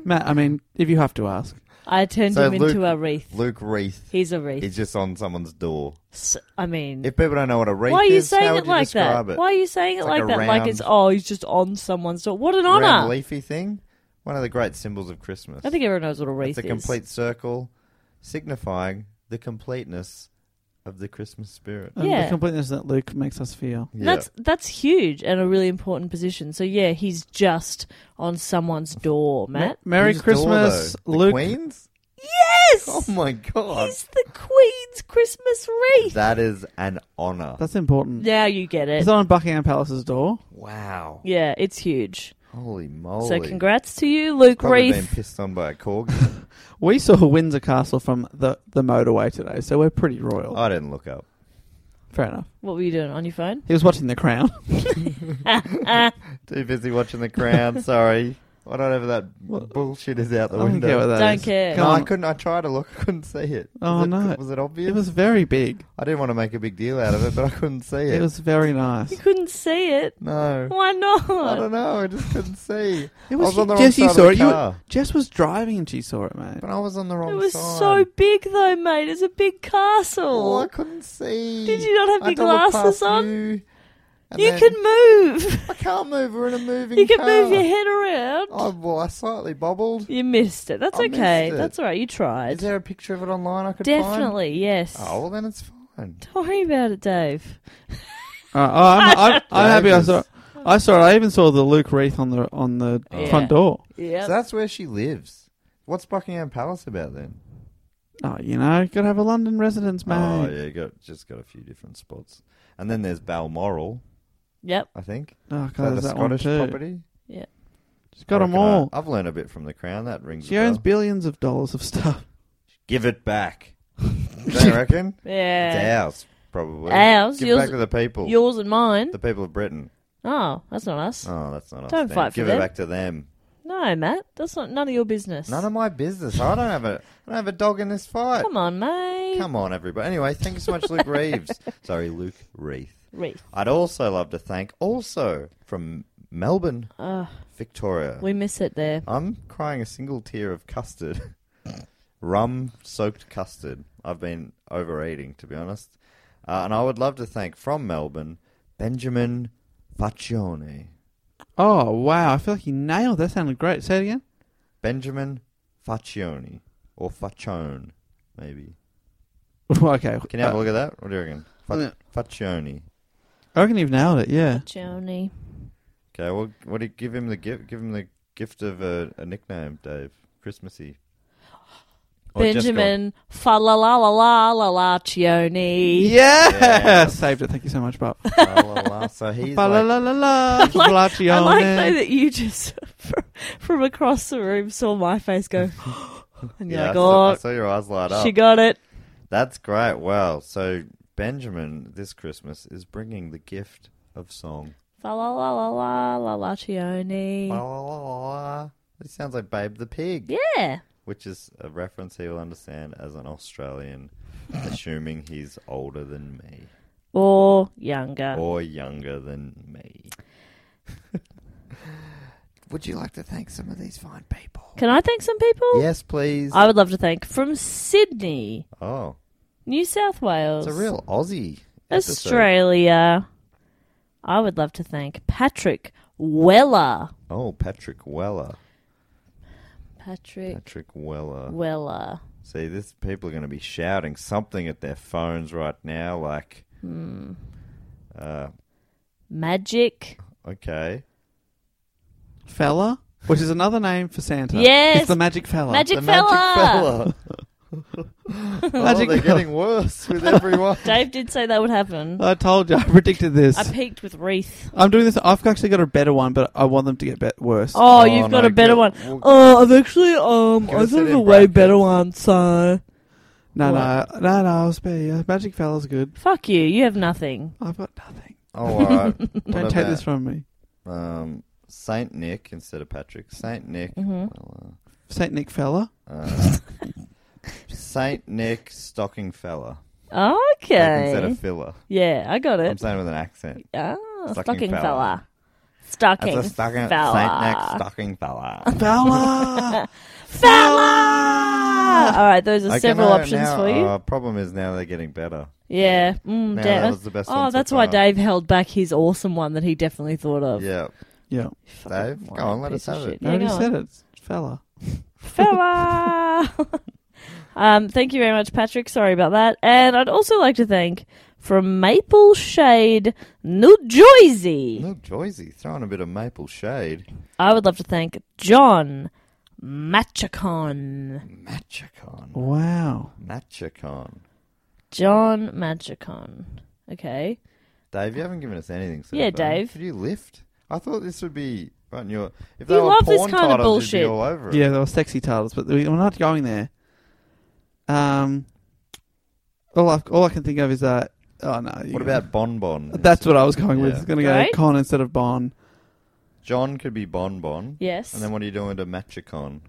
Matt, I mean, if you have to ask.
I turned
So
him
Luke-
into a wreath.
Luke Wreath.
He's a wreath.
He's just on someone's door.
S- I mean,
If people don't know what a wreath
why are you
is, how
saying
would
it
you
like that?
describe it?
Why are you saying it
It's
like,
like a
that? Like it's
round-
oh, he's just on someone's door. What an
Round
honor!
leafy thing. One of the great symbols of Christmas.
I think everyone knows what a wreath
it's a
is.
complete circle, signifying the completeness of the Christmas spirit.
And
Yeah.
um, The completeness that Luke makes us feel.
Yeah.
That's that's huge and a really important position. So yeah, he's just on someone's door, Matt.
Ma- Merry
Whose door,
Christmas,
though? The
Luke.
Queen's.
Yes,
Oh my god,
he's the Queen's Christmas wreath.
that is an honor.
That's important.
now you get it.
It's on Buckingham Palace's door.
Wow.
yeah, it's huge.
Holy moly.
So congrats to you, Luke
Probably been
Reef.
pissed on by a corgi.
We saw Windsor Castle from the, the motorway today, so we're pretty royal.
I didn't look up.
Fair enough.
What were you doing on your phone?
He was watching The Crown.
Too busy watching The Crown. sorry. I don't have that bullshit is out the
I don't
window.
care what that
Don't
is.
care.
no,
Come
I
on.
couldn't. I tried to look. I couldn't see it.
Oh,
was it,
no.
Was it obvious?
It was very big.
I didn't want to make a big deal out of it, but I couldn't see it.
It was very nice.
You couldn't see it.
no.
Why not?
I don't know. I just couldn't see.
It
I was on the wrong
Jess, you
side
saw
of
it.
the
You-
car.
Jess was driving and she saw it, mate.
But I was on the wrong
It was
side.
so big though, mate. It's a big castle.
Oh, I couldn't see.
Did you not have
I had
your
to look
glasses
past
on?
You, and
you
then-
can move.
I can't move. We're in a moving.
you can
car.
move your head around.
Oh well, I slightly bobbled.
You missed it. That's
I
okay.
missed it.
That's all right. You
Is
tried.
there a picture of it online I could find?
Definitely, yes.
Oh, well, then it's fine.
Don't worry about it, Dave.
Uh, oh, I'm, I'm, I'm happy I
Davis.
saw it. I saw it. I even saw the Luke wreath on the on the
Oh,
Yeah.
front door.
Yeah.
So that's where she lives. What's Buckingham Palace about then?
Oh, you know, gotta have a London residence, mate.
Oh yeah, you got just got a few different spots, and then there's Balmoral,
yep.
I think.
Oh, God,
Is that a
there's that one
Scottish
too.
property?
She's got
I
them
reckon I-
all.
I've learned a bit from the Crown. That rings.
She
a
owns
bell.
billions of dollars of stuff.
Give it back. Don't you reckon? It's
Yeah.
ours, probably.
Ours?
Give
Yours-
it back to the people.
Yours and mine.
the people of Britain.
Oh, that's not us.
Oh, that's not us.
Don't
then.
fight for
Give
them.
it back to them.
No, Matt. That's not none of your business.
None of my business. I don't have a. I don't have a dog in this fight.
Come on, mate.
Come on, everybody. Anyway, thank you so much, Luke Reeves. Sorry, Luke Reith.
Reef.
I'd also love to thank, also from Melbourne, Victoria.
We miss it there.
I'm crying a single tear of custard, rum soaked custard. I've been overeating, to be honest. Uh, and I would love to thank from Melbourne, Benjamin Faccione.
Oh wow, I feel like you nailed that. Sounded great. Say it again.
Benjamin Faccione. Or Faccione, maybe.
okay.
Can you have
Uh,
a look at that? What do you reckon?
Yeah.
Fa- Faccione.
I reckon you've nailed it. Yeah.
Johnny.
Okay, well, what do you give him the gift? Give him the gift of a, a nickname, Dave. Christmassy. Or just go-
Benjamin fa la la la la la la Cioni.
Yeah.
Yeah.
Saved it. Thank you so much, Bob.
Fa la la. So he's
Ba la
like,
la la la.
I like though
Blaccione.
that you just from across the room saw my face go and you're
yeah, I
like,
saw, I
oh,
saw your eyes light up.
she got it.
That's great. Wow. So Benjamin this Christmas is bringing the gift of song.
Fa la la la la la la Cioni.
La, la, la, la, la. It sounds like Babe the Pig,
Yeah.
which is a reference he will understand as an Australian, assuming he's older than me
Or younger.
or younger than me. Would you like to thank some of these fine people?
Can I thank some people?
Yes, please.
I would love to thank from Sydney,
oh,
New South Wales,
it's a real Aussie. episode.
Australia. I would love to thank Patrick Weller.
Oh, Patrick Weller.
Patrick
Patrick Weller.
Weller.
See, this people are going to be shouting something at their phones right now, like,
Hmm.
uh,
Magic.
okay,
Fella, which is another name for Santa.
Yes.
It's the magic fella.
Magic
Oh, the magic fella.
fella.
oh,
Magic
they're
fella.
getting worse with everyone.
Dave did say that would happen.
I told you, I predicted this.
I peaked with Wreath.
I'm doing this. I've actually got a better one, but I want them to get bet- worse.
Oh,
Oh,
you've got
no,
a better
good.
one.
Well-
Oh, I've actually um,
Give
I
us
thought
it
of
in
a way
brackets.
better one. So
No, no,
What?
no, no. I was better. Yeah, Magic fella's good.
fuck you. You have nothing.
I've got nothing.
Oh, all right.
Don't take this from me.
Um, Saint Nick instead of Patrick. Saint Nick.
hmm
Well,
Saint Nick fella.
uh, uh, Saint Nick stocking fella. Like, instead
Okay.
of filler.
Yeah, I got
I'm
it.
saying with an accent.
Ah,
Stocking
stocking
fella.
fella.
That's
Stocking
a stocking, Saint Nick
fella.
stocking fella.
Fella.
Fella. All right, those are
Okay,
several
no,
options
now,
for you.
Uh, problem is now they're getting better.
yeah. Mm,
Now
damn.
that was the best one
Oh,
so
that's why
far.
Dave held back his awesome one that he definitely thought of.
Yeah.
yeah.
Fucking
Dave, go
moron,
on, let
piece
us
of
have it.
shit.
I
Yeah,
already
go on.
said it. Fella.
fella. um, thank you very much, Patrick. Sorry about that. And I'd also like to thank from Maple Shade, New Jersey.
Little Joyzy throwing a bit of maple shade.
I would love to thank John Machicon.
Machicon.
Wow.
Machicon.
John Machicon. Okay.
Dave, you haven't given us anything. So
Yeah,
far.
Dave.
Could you lift? I thought this would be right in your. If
You
they were
love this
porn
kind of
titles, you'd be
bullshit.
all over it.
Yeah, there were sexy titles, but we- we're not going there. Um. All I all I can think of is that. Oh no. you-
What about Bon Bon?
That's what I was going with.
Yeah.
It's going to go
Right?
con instead of bon.
John could be Bon Bon.
Yes.
And then what are you doing to Machicon?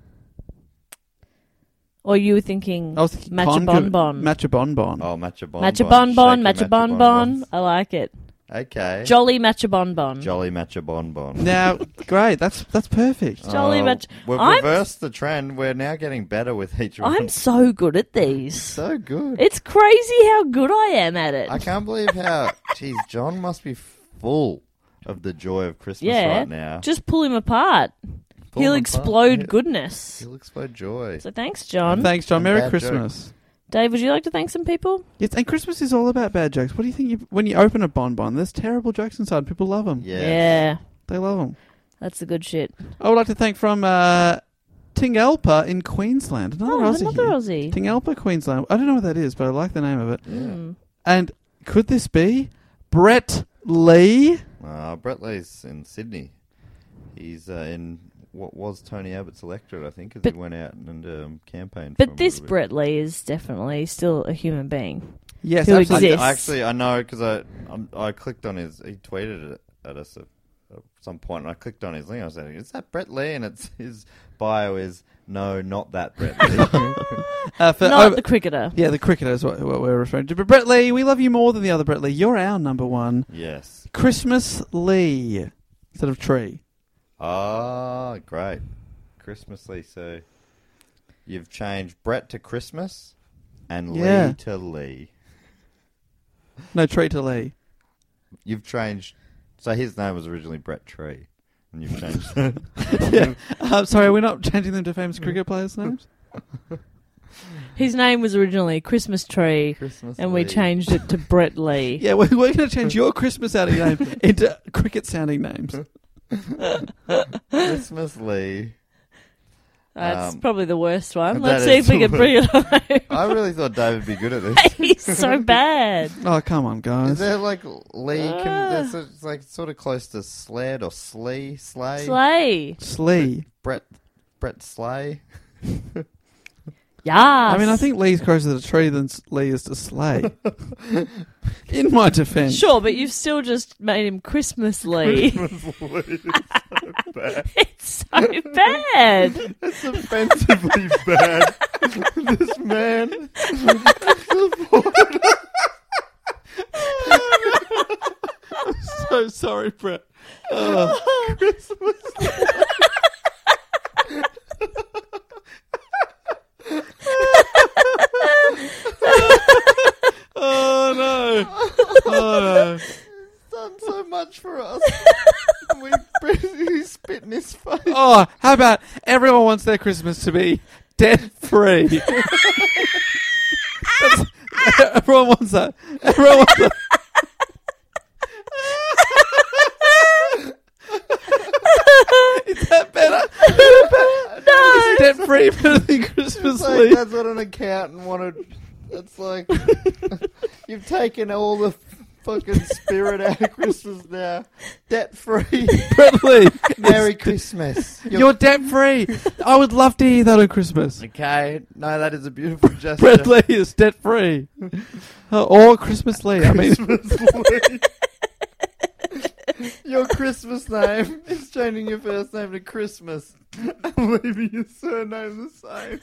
or you were thinking
I was thinking
Matcha
con could-
bonbon.
Matcha bon bon.
Oh, Matcha Bon
Matcha
Bon.
Bonbon,
Shaky
Matcha Bonbon. I like it.
Okay.
Jolly Matcha Bonbon.
Jolly Matcha Bon Bon.
Now, great. That's that's perfect.
Jolly
Oh,
Matcha-
We've
I'm-
reversed the trend. We're now getting better with each one.
I'm so good at these.
so good.
It's crazy how good I am at it.
I can't believe how. Jeez, John must be full of the joy of Christmas
yeah.
right now.
Just pull him apart.
Full
He'll
of fun.
explode
Yeah.
goodness.
He'll explode joy.
So thanks, John.
Thanks, John.
And
Merry
bad
Christmas.
Dave, would you like to thank some people?
Yes, and Christmas is all about bad jokes. What do you think? You, when you open a bonbon, there's terrible jokes inside. People love them.
Yeah.
Yeah.
They love them.
That's the good shit.
I would like to thank from uh, Tingalpa in Queensland. Another
Oh,
Aussie
another
here.
Aussie.
Tingalpa, Queensland. I don't know what that is, but I like the name of it.
Mm.
And could this be Brett Lee?
Uh, Brett Lee's in Sydney. He's uh, in what was Tony Abbott's electorate, I think, as
But-
he went out and um, campaigned. for him
But
a
this
little bit.
Brett Lee is definitely still a human being.
Yes,
Who
absolutely.
I,
exists.
I actually I know because I I'm, I clicked on his. He tweeted it at us at, at some point, and I clicked on his link. I was like, "Is that Brett Lee?" And it's his bio is no, not that Brett Lee.
Uh, for,
Not
oh,
the cricketer.
yeah, the cricketer is what, what we're referring to. But Brett Lee, we love you more than the other Brett Lee. You're our number one.
yes.
Christmas Lee instead of tree.
Ah, great. Christmas Lee. So you've changed Brett to Christmas and
Yeah.
Lee to Lee.
No, tree to Lee.
You've changed. So his name was originally Brett Tree, and you've changed.
yeah. Uh, sorry, we're not changing them to famous cricket players' names.
His name was originally Christmas Tree,
Christmas.
and we
Lee.
changed it to Brett Lee.
Yeah, we're, we're going to change your Christmas sounding name into cricket sounding names.
Christmas Lee.
That's
Um,
probably the worst one.
that
Let's see if
is
we
the
can bring it home.
I really thought Dave would be good at this.
He's so bad.
Oh, come on, guys.
Is there like Lee?
Ah.
Can, there's it's like sort of close to sled or slee, sleigh,
Slay.
Slee.
Brett, Brett Sleigh.
Yes.
I mean, I think Lee's closer to tree than s- Lee is to sleigh. In my defense.
Sure, but you've still just made him Christmas Lee. it's so bad.
That's offensively bad. this man.
So sorry, Brett. Oh. oh no. Oh no.
done so much for us. we, he's spit in his face.
Oh, how about everyone wants their Christmas to be debt free? Everyone wants that. Everyone wants that. Is that better? Is that better? No. Is it free for the Christmas
It's like,
leaf?
that's what an accountant wanted. That's like you've taken all the fucking spirit out of Christmas now. Debt free.
Bradley,
Merry Christmas.
you're, debt free. I would love to hear that on Christmas.
okay. No, that is a beautiful gesture.
Bradley is debt free. or Christmas Lee. I mean,
Your Christmas name is changing your first name to Christmas and leaving your surname the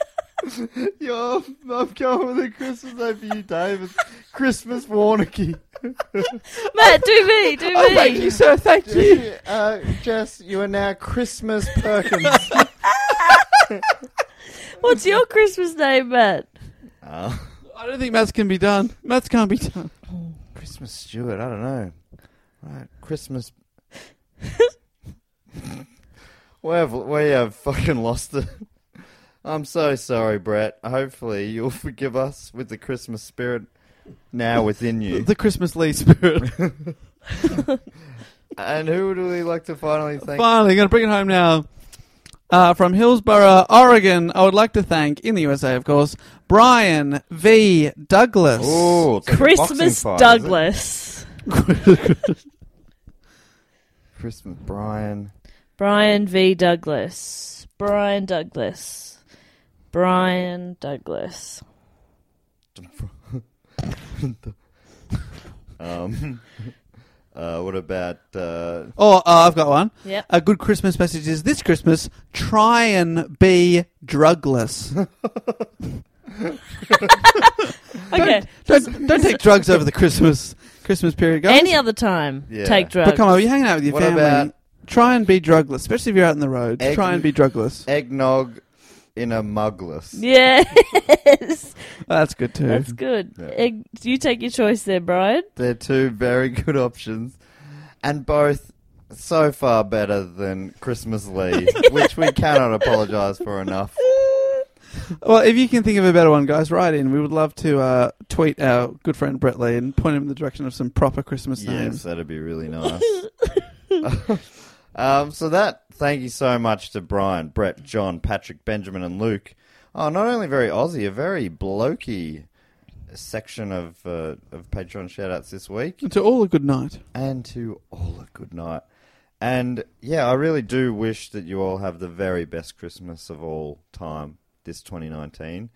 same. Your, I'm going with a Christmas name for you, David. Christmas Warnicky.
Matt, do me, do me.
oh, thank you, sir. Thank you.
Uh, Jess, you are now Christmas Perkins.
What's your Christmas name, Matt?
I don't think maths can be done. Maths can't be done.
Christmas Stewart, I don't know. Right, Christmas. we have we have fucking lost it. I'm so sorry, Brett. Hopefully you'll forgive us with the Christmas spirit now within you.
The Christmas Lee spirit.
and who would we like to finally thank?
Finally, going to bring it home now. Uh, from Hillsborough, Oregon, I would like to thank, in the USA, of course, Brian V. Douglas.
Ooh, it's like a boxing
Christmas
fight, is it?
Douglas.
Christmas Brian.
Brian V. Douglas. Brian Douglas. Brian Douglas.
Um, uh, what about uh,
Oh, uh, I've got one.
Yep.
A good Christmas message is this Christmas, try and be drugless.
Okay.
don't, don't take drugs over the Christmas Christmas period, guys.
Any other time,
Yeah.
take drugs.
but come on, you're hanging out with your
What
family.
about-
try and be drugless, especially if you're out on the road.
Egg-
try and be drugless.
eggnog in a mugless?
Yes,
That's good too.
that's good.
Yeah.
Egg, you take your choice there, Brian.
They're two very good options, and both so far better than Christmas Lee, which we cannot apologise for enough.
Well, if you can think of a better one, guys, write in. We would love to uh, tweet our good friend Brett Lee and point him in the direction of some proper Christmas
Yes,
names.
that'd be really nice. um, so that, thank you so much to Brian, Brett, John, Patrick, Benjamin, and Luke. Oh, not only very Aussie, a very blokey section of uh, of Patreon shoutouts this week.
And to all a good night.
and to all a good night. And yeah, I really do wish that you all have the very best Christmas of all time this 2019.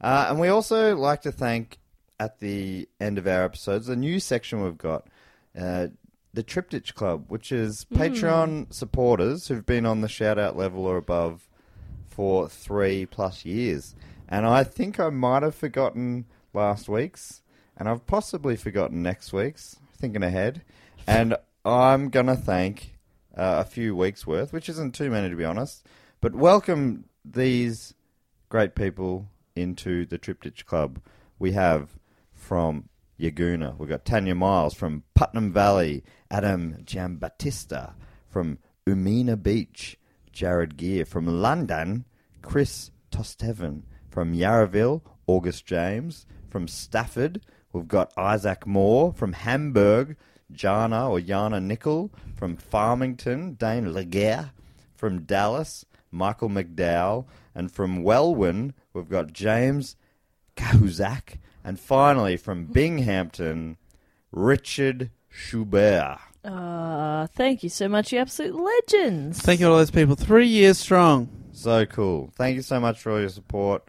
Uh, and we also like to thank at the end of our episodes the new section we've got, uh, the Triptych Club, which is Patreon supporters who've been on the shout out level or above for three plus years. And I think I might have forgotten last week's, and I've possibly forgotten next week's, thinking ahead. And I'm going to thank uh, a few weeks' worth, which isn't too many to be honest. But welcome these great people into the Triptych Club. We have from Yaguna, we've got Tanya Miles from Putnam Valley, Adam Giambattista from Umina Beach, Jared Gear from London, Chris Tostevan from Yarraville, August James from Stafford, we've got Isaac Moore from Hamburg, Jana or Jana Nickel from Farmington, Dane Laguerre from Dallas, Michael McDowell, and from Welwyn, we've got James Kahuzak, and finally from Binghamton, Richard Schubert.
Uh, thank you so much, you absolute legends.
Thank you to all those people. Three years strong.
So cool! Thank you so much for all your support.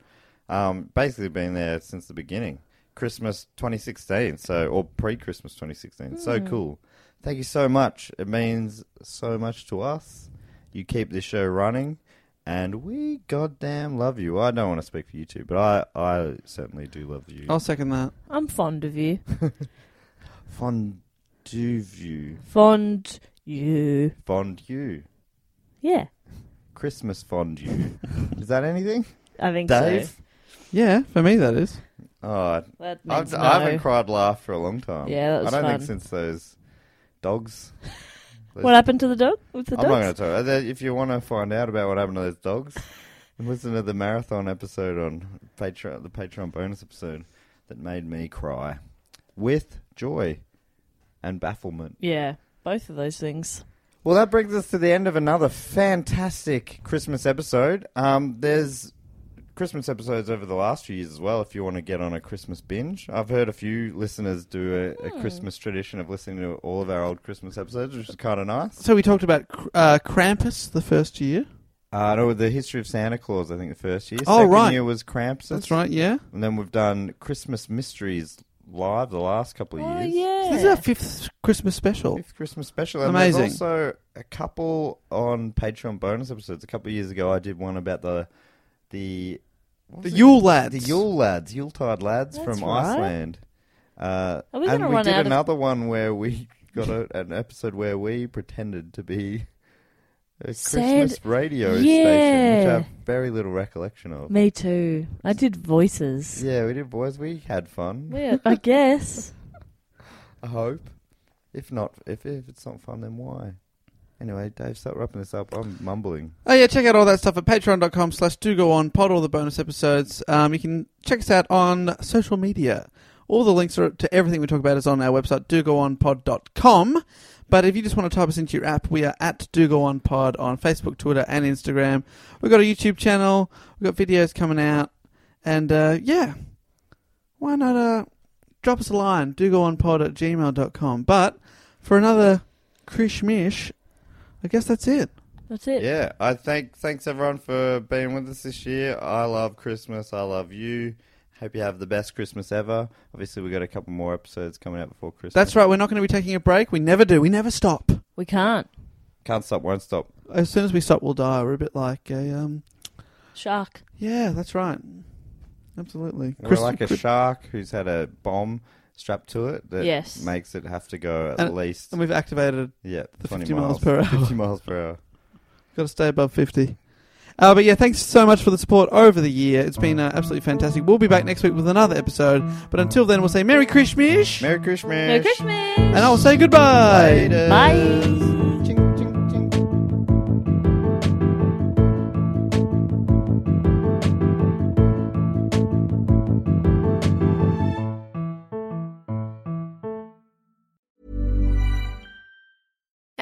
Um, basically, been there since the beginning, Christmas 2016, so or pre-Christmas 2016. So
Hmm.
cool! Thank you so much. It means so much to us. You keep this show running, and we goddamn love you. I don't want to speak for you two, but I I certainly do love you.
I'll second that.
I'm fond of you.
Fond du view.
Fond you.
Fond you.
Yeah,
Christmas fond you. Is that anything?
I think
Dave?
so.
Yeah, for me that is.
Oh,
That means
I've,
no.
I haven't cried laugh for a long time.
Yeah, that was
I don't
fun.
think since those dogs. those-
What happened to the dog? With the
I'm not going
dogs?
to tell you. If you want to find out about what happened to those dogs, listen to the marathon episode on Patreon, the Patreon bonus episode. that made me cry with joy and bafflement.
Yeah, both of those things.
Well, that brings us to the end of another fantastic Christmas episode. Um, there's Christmas episodes over the last few years as well. If you want to get on a Christmas binge, I've heard a few listeners do a, a
Hmm.
Christmas tradition of listening to all of our old Christmas episodes, which is kind of nice.
So we talked about Kr- uh, Krampus the first year.
Uh, no, the history of Santa Claus. I think the first year.
Oh,
Second
right.
year was Krampus.
That's right, yeah.
And then we've done Christmas mysteries live the last couple of
Oh
years.
yeah.
This is our fifth Christmas special.
Fifth Christmas special. And
Amazing.
there's also a couple on Patreon bonus episodes. A couple of years ago, I did one about the the what
The
was it?
Yule Lads.
the Yule lads, Yuletide lads
That's
from
right.
Iceland. Uh,
Are we
and
gonna
we
run
did
out of-
another one where we got a, an episode where we pretended to be a
Sad-
Christmas radio station, which I
Yeah.
have very little recollection of.
Me too. I did voices.
Yeah, we did, boys. We had fun.
Yeah, I guess.
I hope. If not, if, if it's not fun, then why? Anyway, Dave, start wrapping this up. I'm mumbling.
Oh yeah, check out all that stuff at patreon.com slash do go on, pod all the bonus episodes. Um, you can check us out on social media. All the links are to everything we talk about is on our website, dogoonpod.com. But if you just want to type us into your app, we are at Do Go On Pod on Facebook, Twitter, and Instagram. We've got a YouTube channel. We've got videos coming out. And uh, yeah, why not uh, drop us a line, dogoonpod at gmail.com. But for another Krishmish, I guess that's it.
That's it.
Yeah, I thank thanks everyone for being with us this year. I love Christmas. I love you. Hope you have the best Christmas ever. Obviously, we got a couple more episodes coming out before Christmas.
That's right. We're not going to be taking a break. We never do. We never stop.
We can't.
Can't stop, won't stop.
As soon as we stop, we'll die. We're a bit like a um.
Shark.
Yeah, that's right. Absolutely.
We're like a
Chris-
shark who's had a bomb strapped to it that
Yes.
makes it have to go at
And-
least
and we've activated.
yeah
the
20
50
miles
miles per hour.
50 miles per hour.
Got to stay above fifty. Uh, but yeah, thanks so much for the support over the year. It's been uh, absolutely fantastic. We'll be back next week with another episode. But until then, we'll say Merry Christmas,
Merry Christmas.
Merry Christmas.
and I'll say goodbye.
Later.
Bye.
Ching, ching, ching.